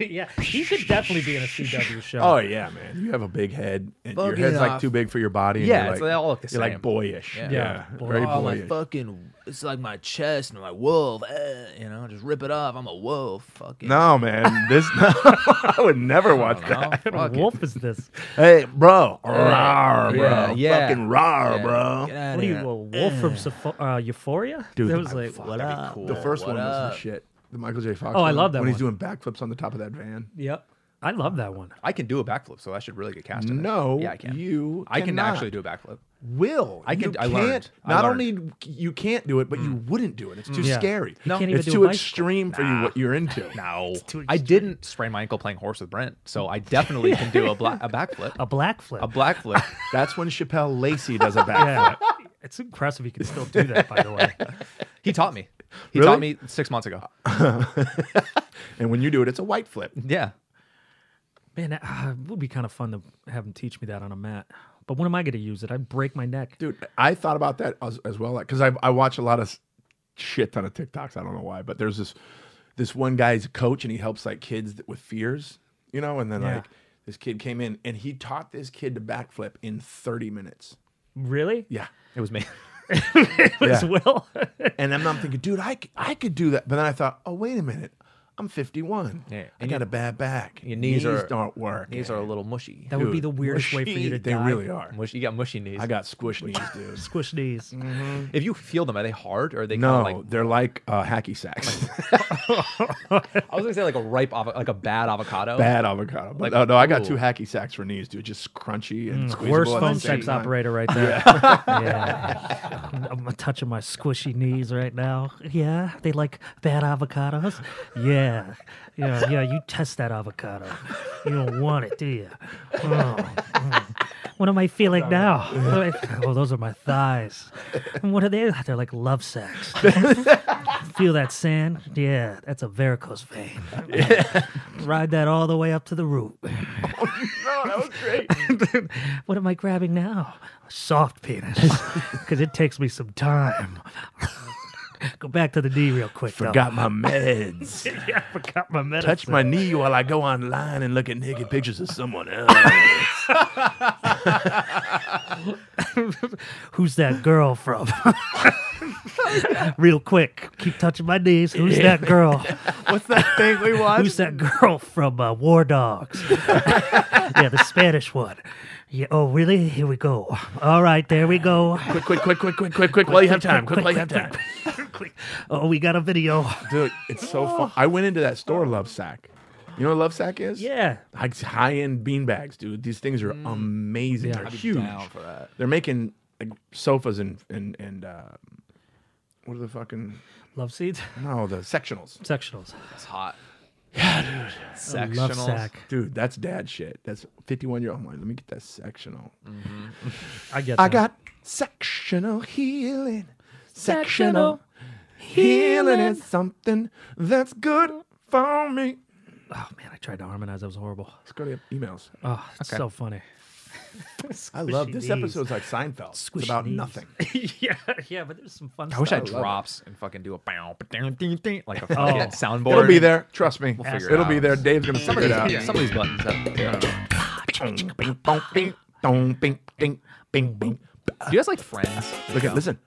B: yeah, you should definitely be in a CW show.
C: Oh yeah, man. You have a big head, and your
D: Bug it
C: head's like
D: off.
C: too big for your body. and
D: Yeah,
C: you're
D: it's-
C: like,
D: they all look the
C: You're
D: same.
C: like boyish. Yeah,
D: Yeah.
B: Yeah.
C: very
B: Oh,
C: boyish.
D: fucking, it's like my chest and my wolf. eh, you know, just rip it off. I'm a wolf. Fucking.
C: No, man. This no, I would never watch that.
D: Fuck
B: What
D: it.
B: wolf is this?
C: Hey, bro. Rawr, bro.
D: yeah, yeah.
C: Fucking rawr,
D: Yeah,
C: bro.
D: get outta
B: What are you,
D: here.
B: a wolf from Sopho- uh, Euphoria?
C: Eh. Dude,
B: that
C: the-
B: was
C: I
B: like,
D: What up?
C: The first
D: What
C: one was
D: up?
C: the shit. The Michael J. Fox.
B: Oh, I
C: one,
B: love that
C: when he's
B: one.
C: doing backflips on the top of that van.
B: yep, I love that one.
D: I can do a backflip, so I should really get cast. in it.
C: No,
D: yeah, I can.
C: you
D: I can
C: cannot.
D: actually do a backflip.
C: Will I
D: can-
C: You
D: I
C: can't.
D: learned. I
C: Not
D: learned. Mm.
C: only you can't do it, but you wouldn't do it. It's too
B: Yeah.
C: scary.
B: You No. can't even
C: it's
B: do a
C: too
B: bicycle.
C: extreme for you. What you're into.
D: No,
B: too
D: I didn't sprain my ankle playing horse with Brent, so I definitely can do a black a backflip,
B: A black flip.
D: a blackflip.
C: That's when Chappelle Lacey does a backflip.
B: yeah, it's impressive you can still do that. By the way,
D: He taught me. He
C: Really?
D: taught me six months ago.
C: and when you do it, it's a white flip.
D: Yeah,
B: man, that, ah, it would be kind of fun to have him teach me that on a mat. But when am I going to use it? I break my neck.
C: Dude, I thought about that as, as well because I, I watch a lot of s- shit ton of TikToks. I don't know why, but there's this this one guy. He's a coach and he helps like kids th- with fears, you know. And then
B: Yeah.
C: like this kid came in and he taught this kid to backflip in 30 minutes.
B: Really?
C: Yeah,
D: it was me.
B: As
C: Yeah.
B: well.
C: and I'm, I'm thinking, dude, I, c- I could do that. But then I thought, oh wait a minute, I'm 51.
D: Yeah,
C: I
D: and
C: got
D: your-
C: a bad back.
D: your knees are-
C: don't work.
D: Knees are a little mushy.
B: That would be the weirdest way for you to
C: They
B: die.
C: really are.
D: mushy. You got mushy knees.
C: I got squish knees, dude.
B: Squish knees.
D: if you feel them, are they hard or are they
C: No,
D: kind of like?
C: they're like uh, hacky sacks.
D: I was gonna say like a ripe, avo- like a bad avocado.
C: bad avocado. But
D: oh, Like,
C: no, no, I got two
D: ooh.
C: hacky sacks for knees, dude. Just crunchy and squeezable.
B: Mm, Worst
C: at the
B: phone
C: same
B: sex
C: time.
B: operator right there. Yeah. I'm, I'm touching my squishy knees right now. Yeah, they like bad avocados. Yeah, yeah, yeah. You test that avocado. You don't want it, do you? Oh, mm. What am I feeling now? What am I- Oh, those are my thighs. And what are they? They're like love sacks. Feel that sand? Yeah, that's a varicose vein. Ride that all the way up to the root.
C: No, that was great.
B: what am I grabbing now? A soft penis. Because it takes me some time. go back to the knee real quick. though.
C: Forgot my meds.
B: Yeah, I forgot my medicine.
C: Touch my knee while I go online and look at naked pictures of someone else.
B: Who's that girl from? real quick. Keep touching my knees. Who's that girl?
D: What's that thing we watched?
B: Who's that girl from uh, War Dogs? yeah, the Spanish one. Yeah, oh, really? Here we go. All right, there we go.
C: quick, quick, quick, quick, quick, quick, quick, while you have time. Quick, while you have time.
B: Quick. Oh, we got a video.
C: Dude, it's so fun. I went into that store, Love Sack. You know what Love Sack is?
B: Yeah.
C: Like high end beanbags, dude. These things are amazing. They're huge.
D: down for that.
C: They're making like sofas and and and uh, what are the fucking
B: Love seeds?
C: no the sectionals.
B: Sectionals.
D: It's hot. Yeah, dude.
B: I
D: Sectionals.
B: Love sack.
C: Dude, that's dad shit. That's 51 year old. I'm like, let me get that sectional.
B: I get.
C: I
B: that.
C: got sectional healing. Sectional healing is something that's good for me.
B: Oh man, I tried to harmonize. That was horrible.
C: Let's go to emails.
B: Oh, it's so funny.
C: I love this
B: knees.
C: episode's like Seinfeld.
B: Squishy
C: it's about
B: knees.
C: nothing.
B: yeah, yeah, but there's some fun.
D: I wish I had
B: stuff.
C: love it.
D: drops and fucking do a bow, ba-down, ding, ding, like a fucking soundboard.
C: It'll be there. Trust me.
D: We'll figure it
C: It'll
D: out.
C: be there. Dave's going to
D: Some
C: figure
D: of
C: it
D: these,
C: out.
D: some of these buttons. Have, yeah.
C: Bing, bing, bong, bing, dong, bing, ding, bing, bing.
D: Do you guys like Friends?
C: Look at, listen,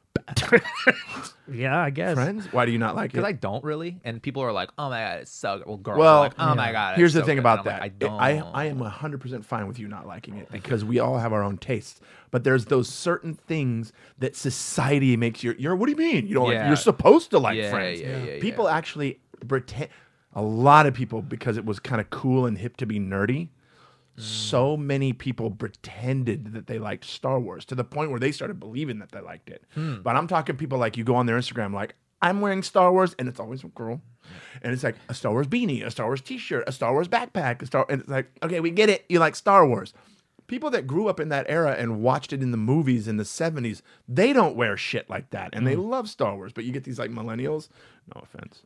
B: Yeah, I guess.
C: friends, why do you not like it?
D: Because I don't really, and people are like, "Oh my god, it's so good." Well, girls
C: Well,
D: are like, "Oh my god." it's
C: Here's the
D: so
C: thing
D: good,"
C: about
D: and I'm
C: that.
D: like,
C: It-
D: I
C: I,
D: don't.
C: I, am 100% fine with you not liking it because we all have our own tastes. But there's those certain things that society makes you. You're what do you mean? You don't like?
D: Yeah.
C: You're supposed to like
D: Yeah,
C: friends.
D: yeah, yeah,
C: people actually pretend. A lot of people because it was kind of cool and hip to be nerdy. So many people pretended that they liked Star Wars to the point where they started believing that they liked it. But I'm talking people like you go on their Instagram like I'm wearing Star Wars and it's always a girl, and it's like a Star Wars beanie, a Star Wars T-shirt, a Star Wars backpack, a Star, and it's like okay, we get it, you like Star Wars. People that grew up in that era and watched it in the movies in the 70s, they don't wear shit like that and they love Star Wars. But you get these like millennials, no offense,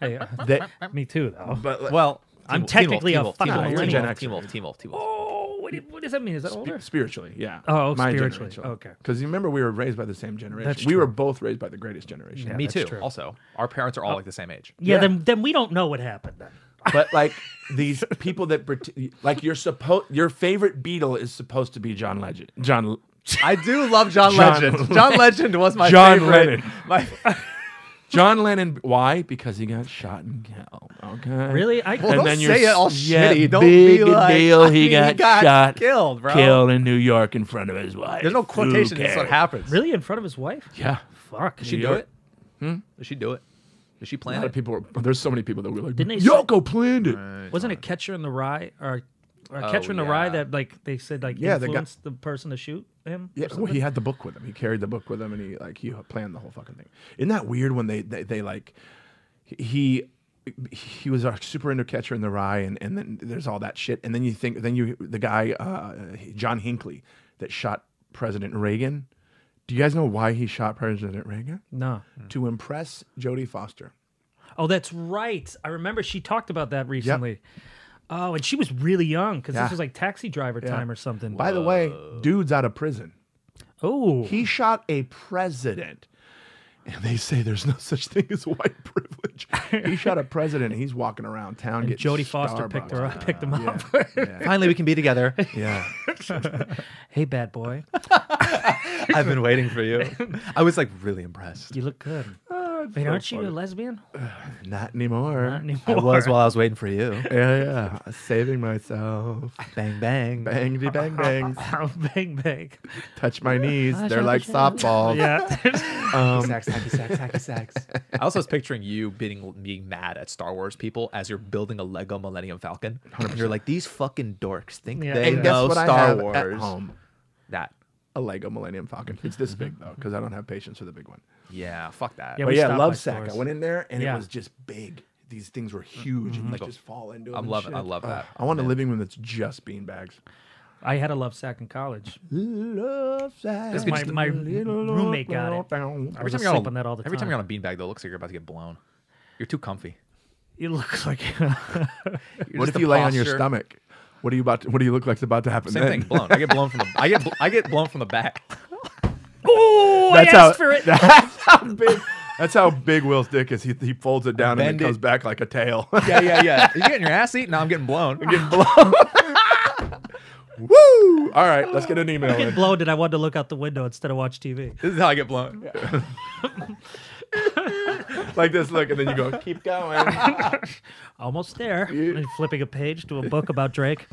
B: Hey, uh,
C: That,
B: me too, though.
C: but like,
D: Well,
B: I'm
D: Team Wolf,
B: technically
D: Team
B: a
D: Wolf,
B: fucking
D: Team Wolf,
C: you're a
B: millennial.
C: Gen Xer.
D: Team Wolf, Team Wolf, Team Wolf.
B: Oh, what, do- what does that mean? Is that older?
C: spiritually, yeah.
B: Oh, spiritually,
C: generation.
B: okay.
C: Because you remember we were raised by the same generation.
B: That's
C: we
B: true.
C: were both raised by the greatest generation.
D: Me
B: that's
D: too.
B: true.
D: Also, our parents are all like the same age.
B: Yeah,
C: Yeah.
B: then then we don't know what happened. Then.
C: But like these people that pret- like you're supposed your favorite Beatle is supposed to be John Legend. John
D: I do love John,
C: John
D: Legend. John Legend was my
C: John
D: favorite.
C: Lennon.
D: My,
C: John Lennon. Why? Because he got shot in hell. Okay.
B: Really? I
D: Well,
C: And
D: don't
C: then you're
D: say it all
C: yeah,
D: shitty. Don't
C: big
D: be like
C: deal.
D: I
C: He,
D: mean,
C: got shot,
D: killed, bro.
C: killed in New York in front of his wife.
D: There's no
C: Who
D: quotation. That's what
C: cares?
D: happens.
B: really in front of his wife?
C: Yeah.
B: Fuck.
D: Did she do it? Did she do it? Did she
C: A
D: plan
C: lot of
D: it?
C: people. Were, there's so many people that were like,
B: Didn't they say-
C: Yoko planned it. Oh,
B: Wasn't it Catcher in the Rye or, or Catcher in the Rye
D: yeah.
B: that like they said like
C: Yeah, the guy-
B: influenced the person to shoot him?
C: Yeah, well, he had the book with him. He carried the book with him, and he like he planned the whole fucking thing. Isn't that weird when they they, they like he he was a super into Catcher in the Rye, and, and then there's all that shit, and then you think then you the guy uh, John Hinckley that shot President Reagan. Do you guys know why he shot President Reagan?
B: No.
C: To impress Jodie Foster.
B: Oh, that's right. I remember she talked about that recently. Oh, and she was really young because
C: Yeah.
B: this was like Taxi Driver time or something.
C: By the way, dude's out of prison.
B: Oh,
C: He shot a president. And they say there's no such thing as white privilege. He shot a president. And he's walking around town.
B: and
C: getting
B: Jodie Foster picked her
C: Starbucks.
B: up, picked him up.
D: Finally, we can be together.
C: Yeah.
B: hey, bad boy,
D: I've been waiting for you. I was like really impressed.
B: you look good. Wait, aren't you a lesbian?
C: Oh, Not anymore.
B: Not anymore.
D: I was while I was waiting for you.
C: yeah, yeah. Saving myself.
D: Bang bang.
C: Bang, de bang, bangs.
B: Oh, bang bang.
C: Touch my knees. They're
B: shot
C: like
B: the
C: softballs.
B: Yeah.
C: Um,
D: Sax, hacky sax, hacky sax. I also was picturing you being being mad at Star Wars people as you're building a Lego Millennium Falcon. And you're like, these fucking dorks think
B: Yeah.
D: they
B: And
C: And guess
D: know
C: what I
D: Star
C: have
D: Wars.
C: at home?
D: That.
C: A Lego Millennium Falcon. It's this big though, because I don't have patience for the big one.
D: Yeah, fuck that.
B: Yeah,
C: But
B: we
C: yeah,
B: stopped by
C: Love Sack. I
B: stores.
C: went in there and
B: Yeah.
C: it was just big. These things were huge and you just fall into them.
D: Mm-hmm. I'm
C: and
D: loving- I
C: shit.
D: love that.
C: I want a living room that's just bean bags.
B: I had a love sack in college.
C: Love Sack.
D: That's good.
B: My,
D: Just-
B: my roommate got it. I
D: Every
B: was
D: time,
B: asleep
D: you're on,
B: on that all the
D: every time
B: time.
D: you're on a beanbag, though, it looks like you're about to get blown. You're too comfy.
B: It looks like
D: You're
C: What
D: just
C: if
D: the
C: you lay on your
D: posture.
C: stomach? What do you about? To, what do you look like is about to happen?
D: Same
C: then?
D: thing. Blown. I get blown from the. I get. Bl- I get blown from the back.
B: Oh, I
C: That's
B: asked
C: how-
B: for it.
C: big, that's how big Will's dick is. He, he folds it down and
D: Bend
C: it
D: it.
C: comes back like a tail.
D: Yeah, yeah, yeah. You getting your ass eaten? No, I'm getting blown.
C: Woo! All right, let's get an email
B: Get
C: in.
B: blown and I wanted to look out the window instead of watch TV.
D: This is how I get blown.
C: like this. Look, and then you go keep going.
B: Almost there. And flipping a page to a book about Drake.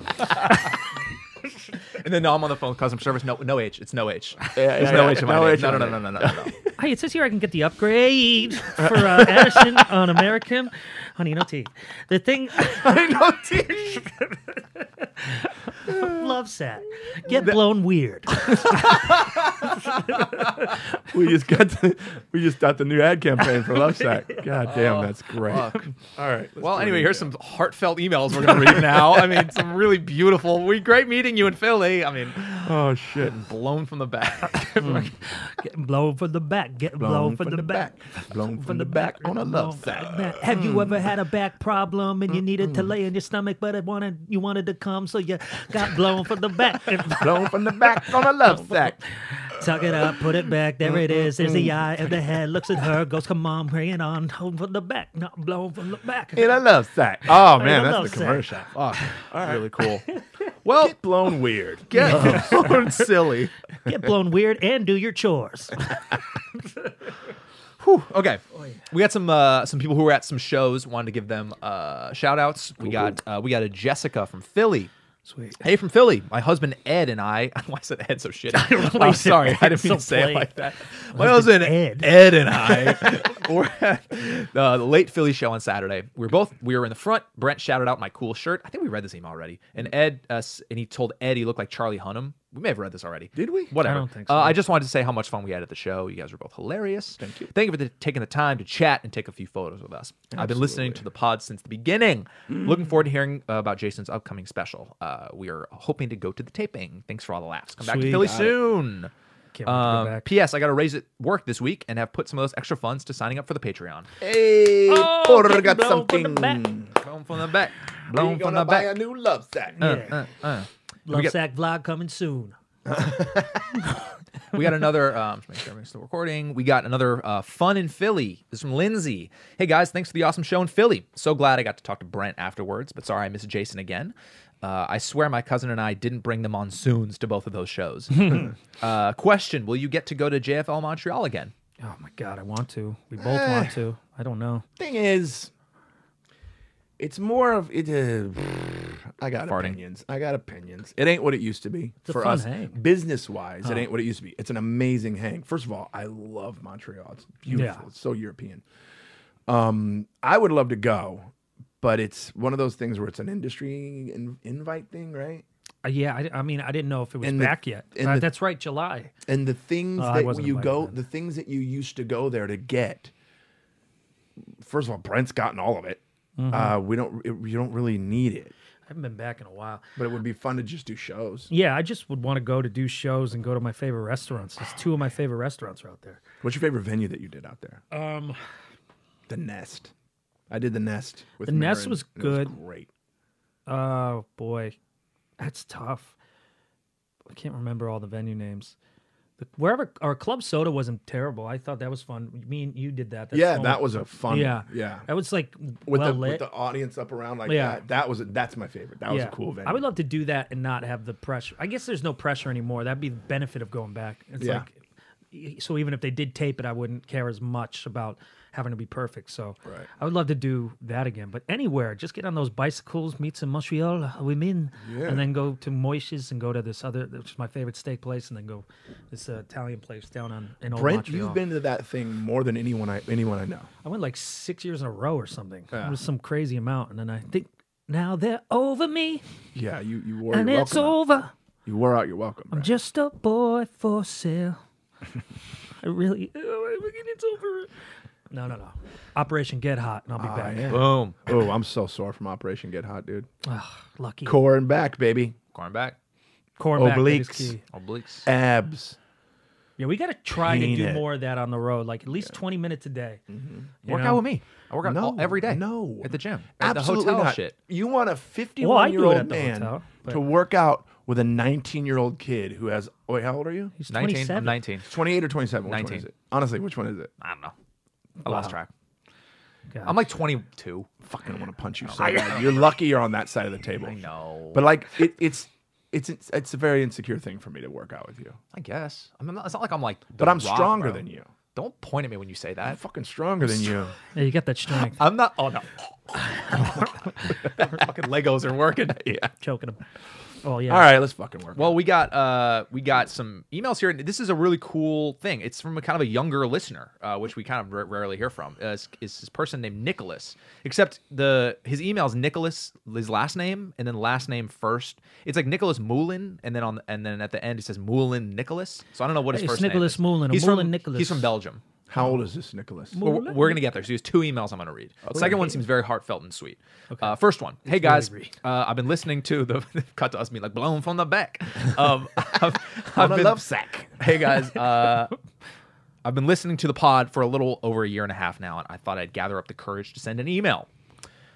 D: And then no, I'm on the phone with customer service. No, no H. It's no H.
C: Yeah,
D: There's
C: yeah,
D: no
C: yeah.
D: H in my
C: No
D: name.
C: H
D: No, no,
C: in my
D: no, no, no, no, no, no.
B: Hey, it says here I can get the upgrade for uh, Addison on American. Honey, no tea. The thing,
C: I know, T.
B: love set. Get blown weird.
C: we just got the, we just got the new ad campaign for Love Sack. God damn, that's great. All right. let's
D: Well,
C: do
D: anyway,
C: it
D: here's
C: again.
D: some heartfelt emails we're gonna read now. I mean, some really beautiful. We great meeting you in Philly. I mean,
C: Oh shit.
D: blown from the back.
B: Get blown from the back. Get blown, from, the, back.
C: Blown from the back on a love
B: Blown
C: sack.
B: from the back. Have you ever had a back problem and you needed to lay in your stomach, but it wanted you wanted to come, so you got blown from the back?
C: Blown from the back on a love sack.
B: Tuck it up, put it back. There it is. There's the eye of the head. Looks at her, goes, "Come on, bring it on." Home from the back, not blown from the back.
C: In a love sack. Oh man,
B: a
C: that's
B: love
C: the
B: sack.
C: commercial.
D: Fuck. Really cool. Well,
C: Blown weird.
D: get blown silly.
B: Get blown weird and do your chores.
D: Okay. We got some uh, some people who were at some shows. Wanted to give them uh, shout outs. We got uh, we got a Jessica from Philly.
B: Sweet.
D: Hey, from Philly. My husband Ed and I. Why is that Ed so shitty? I
B: don't know why
D: am
B: you said
D: sorry. I
B: Ed
D: didn't mean
B: so
D: to say
B: plain.
D: it like that. My husband
B: Ed.
D: Ed. Ed and I were at uh, the late Philly show on Saturday. We were both we were in the front. Brent shouted out my cool shirt. I think we read this email already. And Ed uh, s- and he told Ed he looked like Charlie Hunnam. We may have read this already.
C: Did we?
D: Whatever.
B: I don't think so.
D: Uh, I just wanted to say how much fun we had at the show. You guys were both hilarious. Thank you. Thank you for the, taking the time to chat and take a few photos with us. I've been listening to the pod since the beginning.
B: Mm.
D: Looking forward to hearing uh, about Jason's upcoming special. Uh, we are hoping to go to the taping. Thanks for all the laughs. Come back to
B: Sweet.
D: Philly
B: Got
D: soon.
B: Can't wait to go
D: Um,
B: back.
D: P.S. I got a raise at work this week and have put some of those extra funds to signing up for the Patreon.
C: Hey,
B: Oh,
C: Porter
B: getting
C: got
B: blown from the
C: something.
B: back.
D: Blown from the back.
C: We
D: Blown from
C: gonna
D: the
C: buy
D: back.
C: a new love sack.
B: yeah. Love
D: get-
B: Sack vlog coming soon.
D: we got another um just make sure everything's still recording we got another uh, fun in philly this is from lindsay hey guys thanks for the awesome show in philly so glad i got to talk to brent afterwards but sorry i missed jason again uh, I swear my cousin and I didn't bring the monsoons to both of those shows. uh, question Will you get to go to JFL Montreal again?
B: Oh my god, I want to. We both want to. I don't know.
C: Thing is, it's more of it. Uh, I got
D: Farting.
C: opinions. I got opinions. It ain't what it used to be
B: a
C: for
B: fun
C: us
B: hang.
C: business wise. It ain't what it used to be. It's an amazing hang. First of all, I love Montreal. It's beautiful.
B: Yeah.
C: It's so European. Um, I would love to go, but it's one of those things where it's an industry in, invite thing, right?
B: Uh, yeah, I, I mean, I didn't know if it was
C: And the-
B: back yet.
C: and
B: Uh,
C: the-
B: that's right, July.
C: and the things
B: Oh, I
C: that
B: wasn't
C: you
B: invited
C: go
B: then.
C: the things that you used to go there to get first of all brent's gotten all of it
B: Mm-hmm.
C: uh, we don't it, you don't really need it
B: I haven't been back in a while.
C: but it would be fun to just do shows
B: Yeah, I just would want to go to do shows and go to my favorite restaurants. There's two of my favorite restaurants are out there.
C: what's your favorite venue that you did out there
B: Um,
C: the nest i did the nest with
B: The Nest
C: Marin,
B: was
C: and it
B: good.
C: great
B: Oh boy, that's tough. I can't remember all the venue names. The, wherever our club soda wasn't terrible. I thought that was fun. Me and you did that. That's
C: yeah
B: the one
C: that
B: with-
C: was a fun
B: Yeah,
C: yeah
B: That was like
C: with,
B: well
C: the,
B: lit.
C: with the audience up around like
B: Yeah.
C: that that was a, that's my favorite that was
B: Yeah.
C: a cool venue
B: I would love to do that and not have the pressure. I guess there's no pressure anymore. That'd be the benefit of going back. It's
C: Yeah.
B: like y- so even if they did tape it, I wouldn't care as much about having to be perfect. So
C: Right.
B: I would love to do that again. But anywhere, just get on those bicycles, meet some Montreal women,
C: Yeah.
B: and then go to Moishes and go to this other, which is my favorite steak place, and then go this uh, Italian place down on in Old
C: brent
B: Montreal.
C: you've been to that thing more than anyone i anyone i know
B: I went like six years in a row or something. It was some crazy amount, and then I think now they're over me,
C: yeah you you wore
B: and
C: your
B: it's
C: welcome out.
B: over.
C: you wore out your welcome
B: I'm
C: Brent.
B: just a boy for sale. I really, oh, I'm getting- it's over. No, no, no. Operation Get Hot, and I'll be back.
C: Ah, yeah.
D: Boom.
C: Oh, I'm so sore from Operation Get Hot, dude.
B: Lucky.
C: Core and back, baby.
D: Cornback.
B: Cornback, that is
C: Obliques.
B: key.
D: Obliques.
C: Abs.
B: Yeah, we got to try to do
C: Peanut.
B: more of that on the road, like at least 20 minutes a day.
C: Mm-hmm.
B: You
D: Work
B: know?
D: out with me. I work out all,
C: No,
D: every day.
C: no.
D: At the gym. At
C: Absolutely
D: the hotel
C: not.
D: shit.
C: You want a 51
B: Well, I do
C: year
B: it
C: old
B: at the
C: man
B: hotel, but-
C: to work out with a 19 year old kid who has. Wait, how old are you?
B: He's
D: 19.
B: 27.
D: I'm 19.
C: 28 or 27? Which one
D: 19.
C: is it? Honestly, which one is it?
D: I don't know. I lost track.
B: God.
D: I'm like 22.
C: fucking want to punch you so bad. You're lucky you're on that side of the table. I
D: know.
C: But like, it, it's. It's, it's it's a very insecure thing for me to work out with you,
D: I guess. I'm not, it's not like I'm like.
C: but I'm stronger than you.
D: Don't point at me when you say
C: I'm
D: that.
C: fucking stronger than you.
B: yeah, you got that strength.
D: I'm not. Oh no. fucking Legos are working.
C: yeah.
B: choking him. Oh, yeah.
C: All right, let's fucking work.
D: Well, we got uh we got some emails here. This is a really cool thing. It's from a kind of a younger listener, uh, which we kind of r- rarely hear from. Uh, is this person named Nicholas? Except the his email is Nicholas his last name and then last name first. It's like Nicholas Moulin and then on and then at the end it says Moulin Nicholas. So I don't know what his
B: Hey, it's
D: first name
B: Nicholas
D: is.
B: Moulin or
D: He's
B: Moulin
D: from,
B: Nicholas.
D: He's from Belgium.
C: How old is this, Nicholas?
D: We're, we're gonna get there. So there's two emails I'm gonna read. The second one seems very heartfelt and sweet. Uh, first one. hey guys,
B: very brief.
D: uh, I've been listening to the cut to us being like blown from the back. Um, I've, I've
C: a
D: been,
C: love sack.
D: Hey guys, uh, I've been listening to the pod for a little over a year and a half now, and I thought I'd gather up the courage to send an email.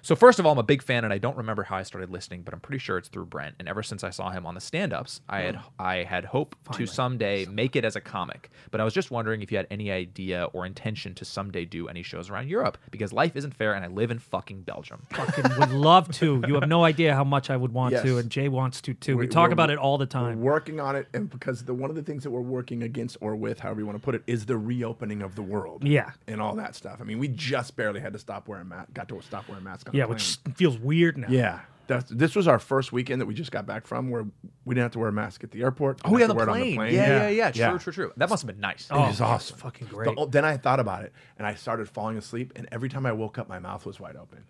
D: So first of all, I'm a big fan, and I don't remember how I started listening, but I'm pretty sure it's through Brent. And ever since I saw him on the stand-ups, I had I had hope to someday make it as a comic. But I was just wondering if you had any idea or intention to someday do any shows around Europe because life isn't fair, and I live in fucking Belgium.
B: Fucking would love to. You have no idea how much I would want to,
C: Yes.
B: and Jay wants to too. We,
C: We-
B: talk
C: we're-
B: about it all the
C: We're
B: time.
C: working on it, and because the one of the things that we're working against or with, however you want to put it, is the reopening of the world.
B: Yeah.
C: and all that stuff. I mean, we just barely had to stop wearing mask. Got to stop wearing masks. On
B: Yeah,
C: the
B: which
C: plane.
B: feels weird now.
C: yeah. That's, this was our first weekend that we just got back from where we didn't have to wear a mask at the airport.
D: Oh,
C: Didn't
D: yeah,
C: have
D: the
C: to wear
D: plane.
C: it on the plane.
D: Yeah, yeah, yeah,
C: Yeah.
D: True, true, true. That must have been nice.
B: Oh,
C: It was awesome.
B: fucking
C: The-
B: great.
C: oh, then I thought about it and I started falling asleep. And every time I woke up, my mouth was wide open.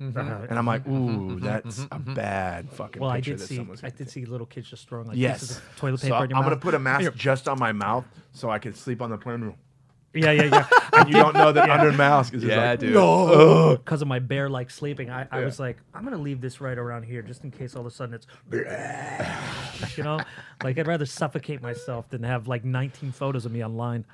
B: Mm-hmm.
C: And I'm like, ooh, that's a bad fucking
B: Well, I
C: picture
B: did
C: that
B: see.
C: someone's
B: I
C: gonna
B: did
C: take.
B: see little kids just throwing like
C: Yes.
B: pieces of toilet
C: So
B: paper in your
C: I'm
B: mouth.
C: gonna put a mask just on my mouth so I can sleep on the plane.
B: Yeah, yeah, yeah.
C: and you don't know that under mask is just
D: Yeah,
C: like,
D: dude.
C: no.
B: Because of my bear like sleeping, I, I was like, I'm gonna leave this right around here just in case all of a sudden it's, you know, like I'd rather suffocate myself than have like 19 photos of me online.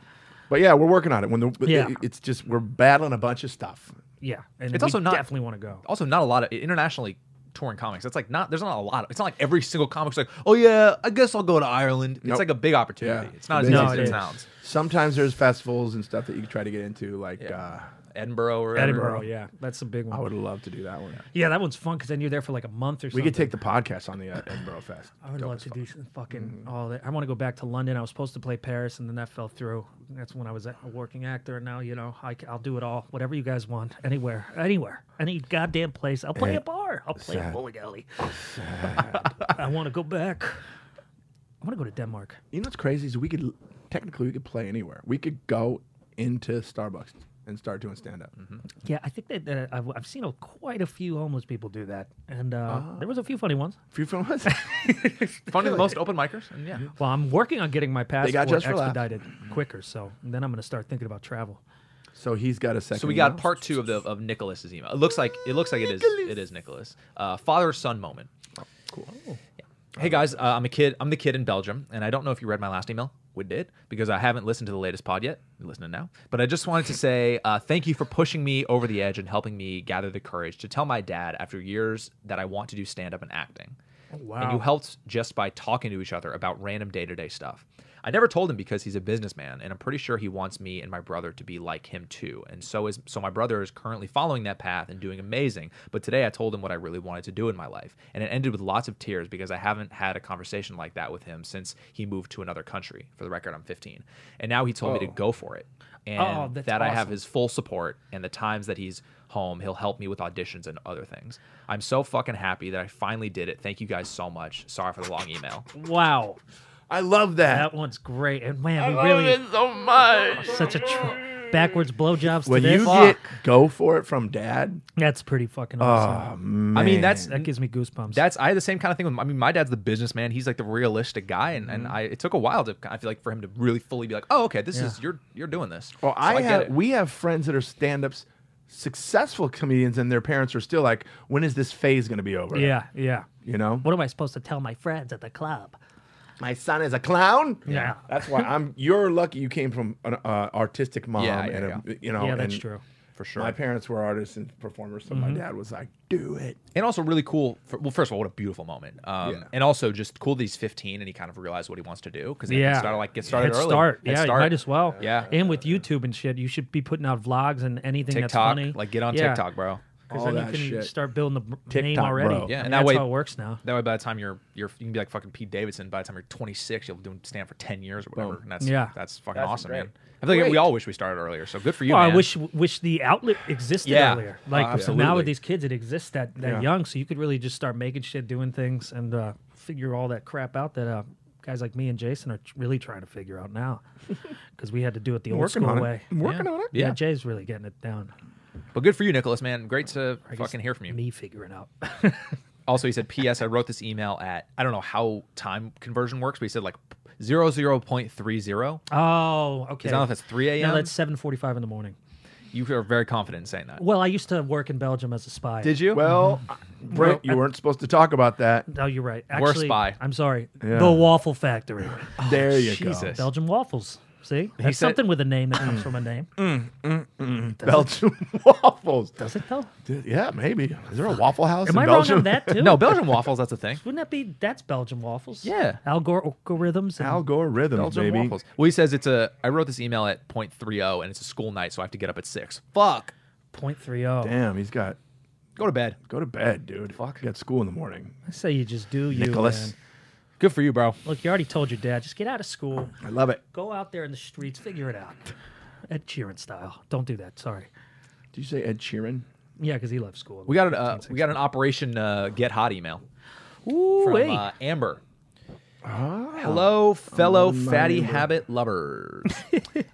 C: But yeah, we're working on it. When the
B: Yeah.
C: it- it's just we're battling a bunch of stuff.
B: Yeah, and
D: It's
B: we
D: also not-
B: definitely want to go.
D: also not a lot of internationally touring comics. It's like not there's not a lot. Of, it's not like every single comic's like, oh yeah, I guess I'll go to Ireland.
C: Nope.
D: It's like a big opportunity.
C: Yeah.
D: It's not as
C: No,
D: easy as
B: it
D: it
B: is.
D: sounds.
C: Sometimes there's festivals and stuff that you can try to get into. Like uh,
D: Edinburgh or
B: Edinburgh, yeah, that's a big one.
C: I would love to do that one.
B: yeah, that one's fun because then you're there for like a month or
C: We
B: something.
C: could take the podcast on the uh, Edinburgh Fest.
B: I would
C: Dope
B: love
C: as
B: to
C: fuck.
B: do some fucking
C: Mm.
B: all that. I want to go back to London. I was supposed to play Paris, and then that fell through. That's when I was a a working actor, and now you know I, will do it all. Whatever you guys want, anywhere, anywhere, any goddamn place. I'll play a bar. I'll play a bowling alley. I want to go back. I want to go to Denmark.
C: You know what's crazy is we could technically we could play anywhere. We could go into Starbucks and start doing stand up.
D: Mm-hmm.
B: Yeah, I think that uh, I've, I've seen a, quite a few homeless people do that, and uh,
C: Ah.
B: there was a few funny ones.
C: Few from us.
D: Finding the most open micers. And yeah.
B: Well, I'm working on getting my passport
C: just for laughs.
B: expedited quicker, so then I'm going to start thinking about travel.
C: so he's got a second.
D: So we got
C: email.
D: part two of the of Nicholas's email. It looks like it looks like it is it is Nicholas. Uh, father son moment. cool. Hey guys, uh, I'm a kid. I'm the kid in Belgium, and I don't know if you read my last email. We did because I haven't listened to the latest pod yet. I'm listening now, but I just wanted to say uh, thank you for pushing me over the edge and helping me gather the courage to tell my dad after years that I want to do stand up and acting. And you
B: wow.
D: helped just by talking to each other about random day to day stuff. I never told him because he's a businessman, and I'm pretty sure he wants me and my brother to be like him too. And so is so my brother is currently following that path and doing amazing. But today I told him what I really wanted to do in my life, and it ended with lots of tears because I haven't had a conversation like that with him since he moved to another country. For the record, I'm 15, and now he told me to go for it, and
B: Oh, that's
D: that I have
B: awesome.
D: his full support and the times that he's home he'll help me with auditions and other things i'm so fucking happy that i finally did it thank you guys so much sorry for the long email
B: Wow.
C: I love that.
B: That one's great, and man, we really
C: so much.
B: such a tr- backwards blowjobs
C: When
B: to this.
C: you get go for it from dad,
B: that's pretty fucking awesome.
D: i mean that's
B: that gives me goosebumps.
D: Um, that's i had the same kind of thing with i mean my dad's the businessman he's like the realistic guy and,
B: Mm-hmm.
D: and i it took a while to i feel like for him to really fully be like oh okay this is
B: Yeah.
D: you're you're doing this
C: Well,
D: So
C: Oh, I,
D: get
C: have
D: it.
C: we have friends that are stand-ups, successful comedians, and their parents are still like, "When is this phase going to be over?"
B: yeah, yeah.
C: you know,
B: What am I supposed to tell my friends at the club?
C: my son is a clown.
B: Yeah.
C: that's why I'm. You're lucky you came from an uh, artistic mom,
D: Yeah, yeah,
C: and a, you know,
D: Oh,
B: yeah, that's
C: and
B: true.
D: for sure
C: My parents were artists and performers, so my dad was like, "Do it."
D: and also really cool. For, well, first of all, what a beautiful moment, um,
C: Yeah.
D: and also just cool that he's 15 and he kind of realized what he wants to do because yeah,
B: Yeah.
D: started like get started
B: Head
D: early.
B: start.
D: Head
B: yeah,
D: start.
B: you might as well.
D: Yeah.
B: And with YouTube and shit, you should be putting out vlogs and anything that's
D: TikTok,
B: funny.
D: like get on
B: Yeah.
D: TikTok, bro.
B: Because
C: All
B: then
C: that
B: you can
C: shit.
B: start building the b- name
C: TikTok,
B: already.
C: bro.
D: Yeah,
B: I
D: and that
B: mean, that's
D: way-
B: how it works now.
D: That way, by the time you're you're you can be like fucking Pete Davidson. By the time you're 26, you'll do stand for 10 years or whatever. And that's
B: Yeah.
D: that's fucking
C: That's
D: awesome,
C: great.
D: man. I feel like we
C: Great.
D: all wish we started earlier. So good for you.
B: Well, Oh, I
D: man.
B: wish wish the outlet existed
D: Yeah.
B: earlier. Like
D: Absolutely.
B: now with these kids, it exists that that
C: Oh, Yeah.
B: young, so you could really just start making shit, doing things, and uh, figure all that crap out that uh, guys like me and Jason are tr- really trying to figure out now, because we had to do it the old
C: Working
B: school
C: on it.
B: way.
C: I'm working on it.
B: Yeah.
D: Yeah.
B: Jay's really getting it down.
D: But good for you, Nicholas, man. Great to
B: Just
D: fucking hear from you.
B: Me figuring out.
D: Also, he said, "P.S. I wrote this email at I don't know how time conversion works, but he said like 00.30.
B: oh, okay.
D: I don't know if that's 3 a.m.
B: No, that's seven forty-five in the morning.
D: You are very confident in saying that.
B: Well, I used to work in Belgium as a spy.
D: Did you?
C: Well, I- Brent, you weren't supposed to talk about that.
B: No, Oh, you're right.
D: We're a
B: Actually,
D: spy.
B: I'm sorry.
C: Yeah.
B: The Waffle Factory.
C: there you go.
D: Jesus.
B: Belgian waffles. See, that's
D: said- Mm.
B: something with a name that comes from a name.
C: Belgian waffles.
B: Does it though?
C: Yeah, maybe. Is there a Waffle House
B: Am
C: in
B: I wrong
C: Belgium?
B: on that too?
D: No, Belgian waffles. That's a thing.
B: Wouldn't that be that's Belgian waffles?
D: Yeah.
B: Algorithms. And,
C: Algorithms,
D: Belgian
C: baby.
D: waffles. Well, he says it's a. I wrote this email at 0.30, and it's a school night, so I have to get up at six. Fuck.
B: Point three oh.
C: Damn, he's got
D: Go to bed.
C: go to bed, dude. Fuck, got school in the morning.
B: I say you just do you.
C: Nicholas.
B: man.
D: Good for you, bro.
B: Look, you already told your dad. Just get out of school.
C: I love it.
B: Go out there in the streets. Figure it out. Ed Sheeran style. Don't do that. Sorry.
C: Did you say Ed Sheeran?
B: Yeah, because he left school.
D: We got an uh, we got an Operation uh, Get Hot email
B: Ooh,
D: from
B: wait.
D: uh, Amber.
B: Ah.
D: Hello, fellow fatty habit lovers.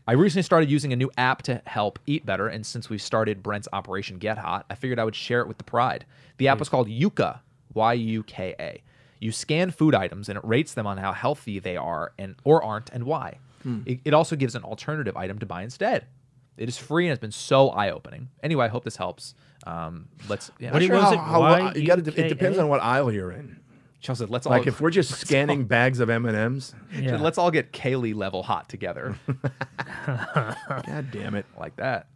D: I recently started using a new app to help eat better, and since we started Brent's Operation Get Hot, I figured I would share it with the pride. The app is called Yuka, Y U K A. You scan food items, and it rates them on how healthy they are and or aren't, and why.
B: Hmm.
D: It, it also gives an alternative item to buy instead. It is free and has been so eye opening. Anyway, I hope this helps. Um, let's. Yeah,
B: What do
D: sure.
B: you- was
C: how,
B: it?
C: how- well, you gotta,
B: YUKA?
C: it depends on what aisle you're in.
D: Chelsea, let's all
C: Like if we're just scanning bags of M and M's,
B: Yeah.
D: let's all get Kaylee level hot together
C: god damn it!
D: like that.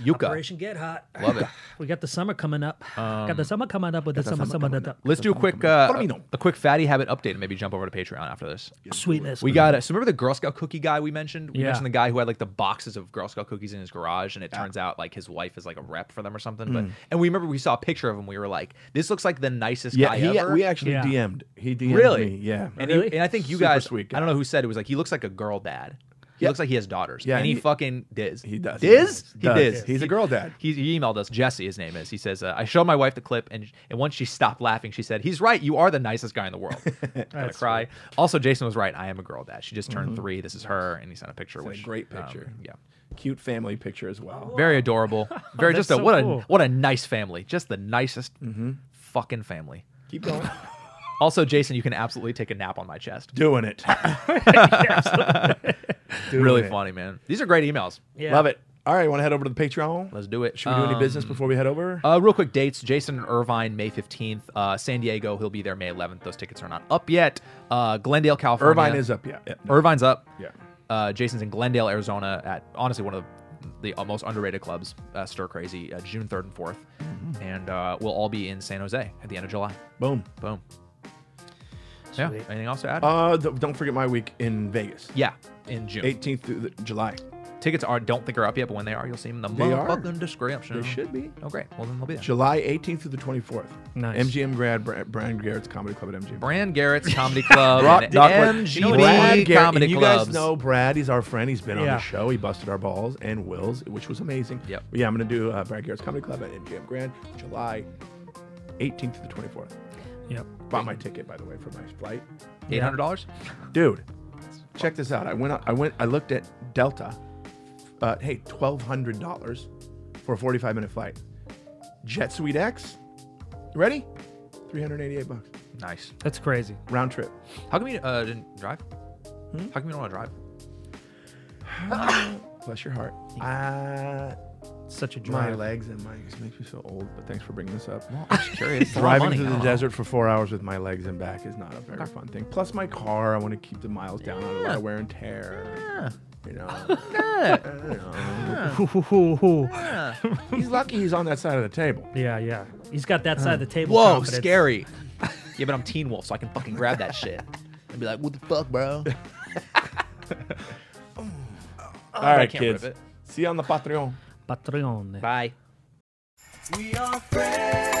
D: Yuka,
B: Operation Get Hot.
D: love it. Um,
B: We got the summer coming up. got the summer coming up with the summer, summer, da- da-
D: Let's do a quick
C: Follow
D: uh,
C: me, no.
D: a quick fatty habit update and maybe jump over to Patreon after this.
B: sweetness.
D: We got it. So remember the Girl Scout cookie guy we mentioned? We
B: Yeah.
D: mentioned the guy who had like the boxes of Girl Scout cookies in his garage, and it turns out like his wife is like a rep for them or something. But
C: Hmm.
D: and we remember we saw a picture of him. We were like, this looks like the nicest
C: Yeah,
D: guy
C: he, uh,
D: ever.
C: we actually
B: Yeah.
C: DM'd. He DM'd
D: really,
C: me. Yeah,
D: And,
B: Really?
D: he, and I think you
C: Super
D: guys,
C: sweet
D: I don't know who said it was like he looks like a girl dad. He
C: Yeah.
D: looks like he has daughters.
C: Yeah,
D: and he,
C: he-
D: fucking diz.
C: he does.
D: Diz? He
C: Does.
D: diz.
C: He's a girl dad.
D: He, he emailed us. Jesse, his name is. He says, uh, "I showed my wife the clip, and and once she stopped laughing, she said, "He's right. You are the nicest guy in the world." Gotta cry. Also, Jason was right. I am a girl dad. She just turned three. This is her, and he sent a picture.
C: Mm-hmm. a
D: which,
C: great
D: um,
C: picture.
D: yeah,
C: cute family picture as well.
D: very adorable. Very
B: That's
D: just a
B: so
D: what
B: cool.
D: a what a nice family. Just the nicest
C: Mm-hmm.
D: fucking family.
C: Keep going.
D: Also, Jason, you can absolutely take a nap on my chest.
C: Doing it. Doing
D: really
C: it.
D: funny, man. These are great emails.
B: Yeah.
C: Love it. All right, want to head over to the Patreon?
D: Let's do it.
C: Should we do any
D: Um,
C: business before we head over?
D: Uh, real quick dates: Jason Irvine, May fifteenth. Uh, San Diego, he'll be there May eleventh. Those tickets are not up yet. Uh, Glendale, California.
C: Irvine is up. Oh, Yeah. yeah.
D: Irvine's up.
C: Yeah.
D: Uh, Jason's in Glendale, Arizona, at honestly one of the, the most underrated clubs, uh, Stir Crazy, uh, June third and 4th
C: Mm-hmm.
D: and uh, we'll all be in San Jose at the end of July.
C: Boom.
D: Boom. Yeah.
B: Sweet.
D: Anything else to add?
C: Uh, th- don't forget my week in Vegas.
D: yeah, in June.
C: 18th through the, July.
D: Tickets are don't think are up yet, but when they are, you'll see them in the
C: They are.
D: motherfucking description.
C: They should be.
D: Oh, great. Well, then they'll be there.
C: July 18th through the 24th.
B: Nice.
C: MGM grad, Bra- Brian Garrett's Comedy Club at MGM.
D: Brand Garrett's Comedy Club,
C: Brock-
D: and
C: Doc-
D: MGB
C: you know Brad Garrett-
D: Comedy
C: and you
D: Clubs.
C: guys know Brad. He's our friend. He's been on
B: Yeah.
C: the show. He busted our balls and Will's, which was amazing.
D: Yep.
C: But yeah, I'm going to do uh, Brad Garrett's Comedy Club at MGM Grand, July 18th through the 24th.
B: Yep.
C: Bought my ticket, by the way, for my flight.
D: Eight hundred dollars.
C: Dude, check this out. I went. I went. I looked at Delta. Uh, hey, twelve hundred dollars for a forty-five minute flight. Jet Suite X. You ready? Three hundred eighty-eight bucks
D: Nice.
B: That's crazy.
C: round trip.
D: How come you uh, didn't drive?
C: Hmm?
D: How come you don't want to drive?
C: Bless your heart. Uh,
B: Such a
C: my
B: drive.
C: legs and my it makes me so old. But thanks for bringing this up.
D: I'm just curious. It's a lot of
C: Driving
D: money.
C: through
D: I
C: the
D: don't know.
C: desert for four hours with my legs and back is not a very fun thing. Plus, my car, I want to keep the miles down on a lot of wear and tear. You know,
D: Yeah.
C: he's lucky he's on that side of the table.
B: Yeah, yeah. He's got that side of the table.
D: Whoa,
B: confidence.
D: scary. yeah, but I'm Teen Wolf, so I can fucking grab that shit and be like, "What the fuck, bro?"
C: All right,
D: can't rip
C: kids.
D: it.
C: See you on the Patreon.
B: Patreon.
D: Bye.
A: We are friends.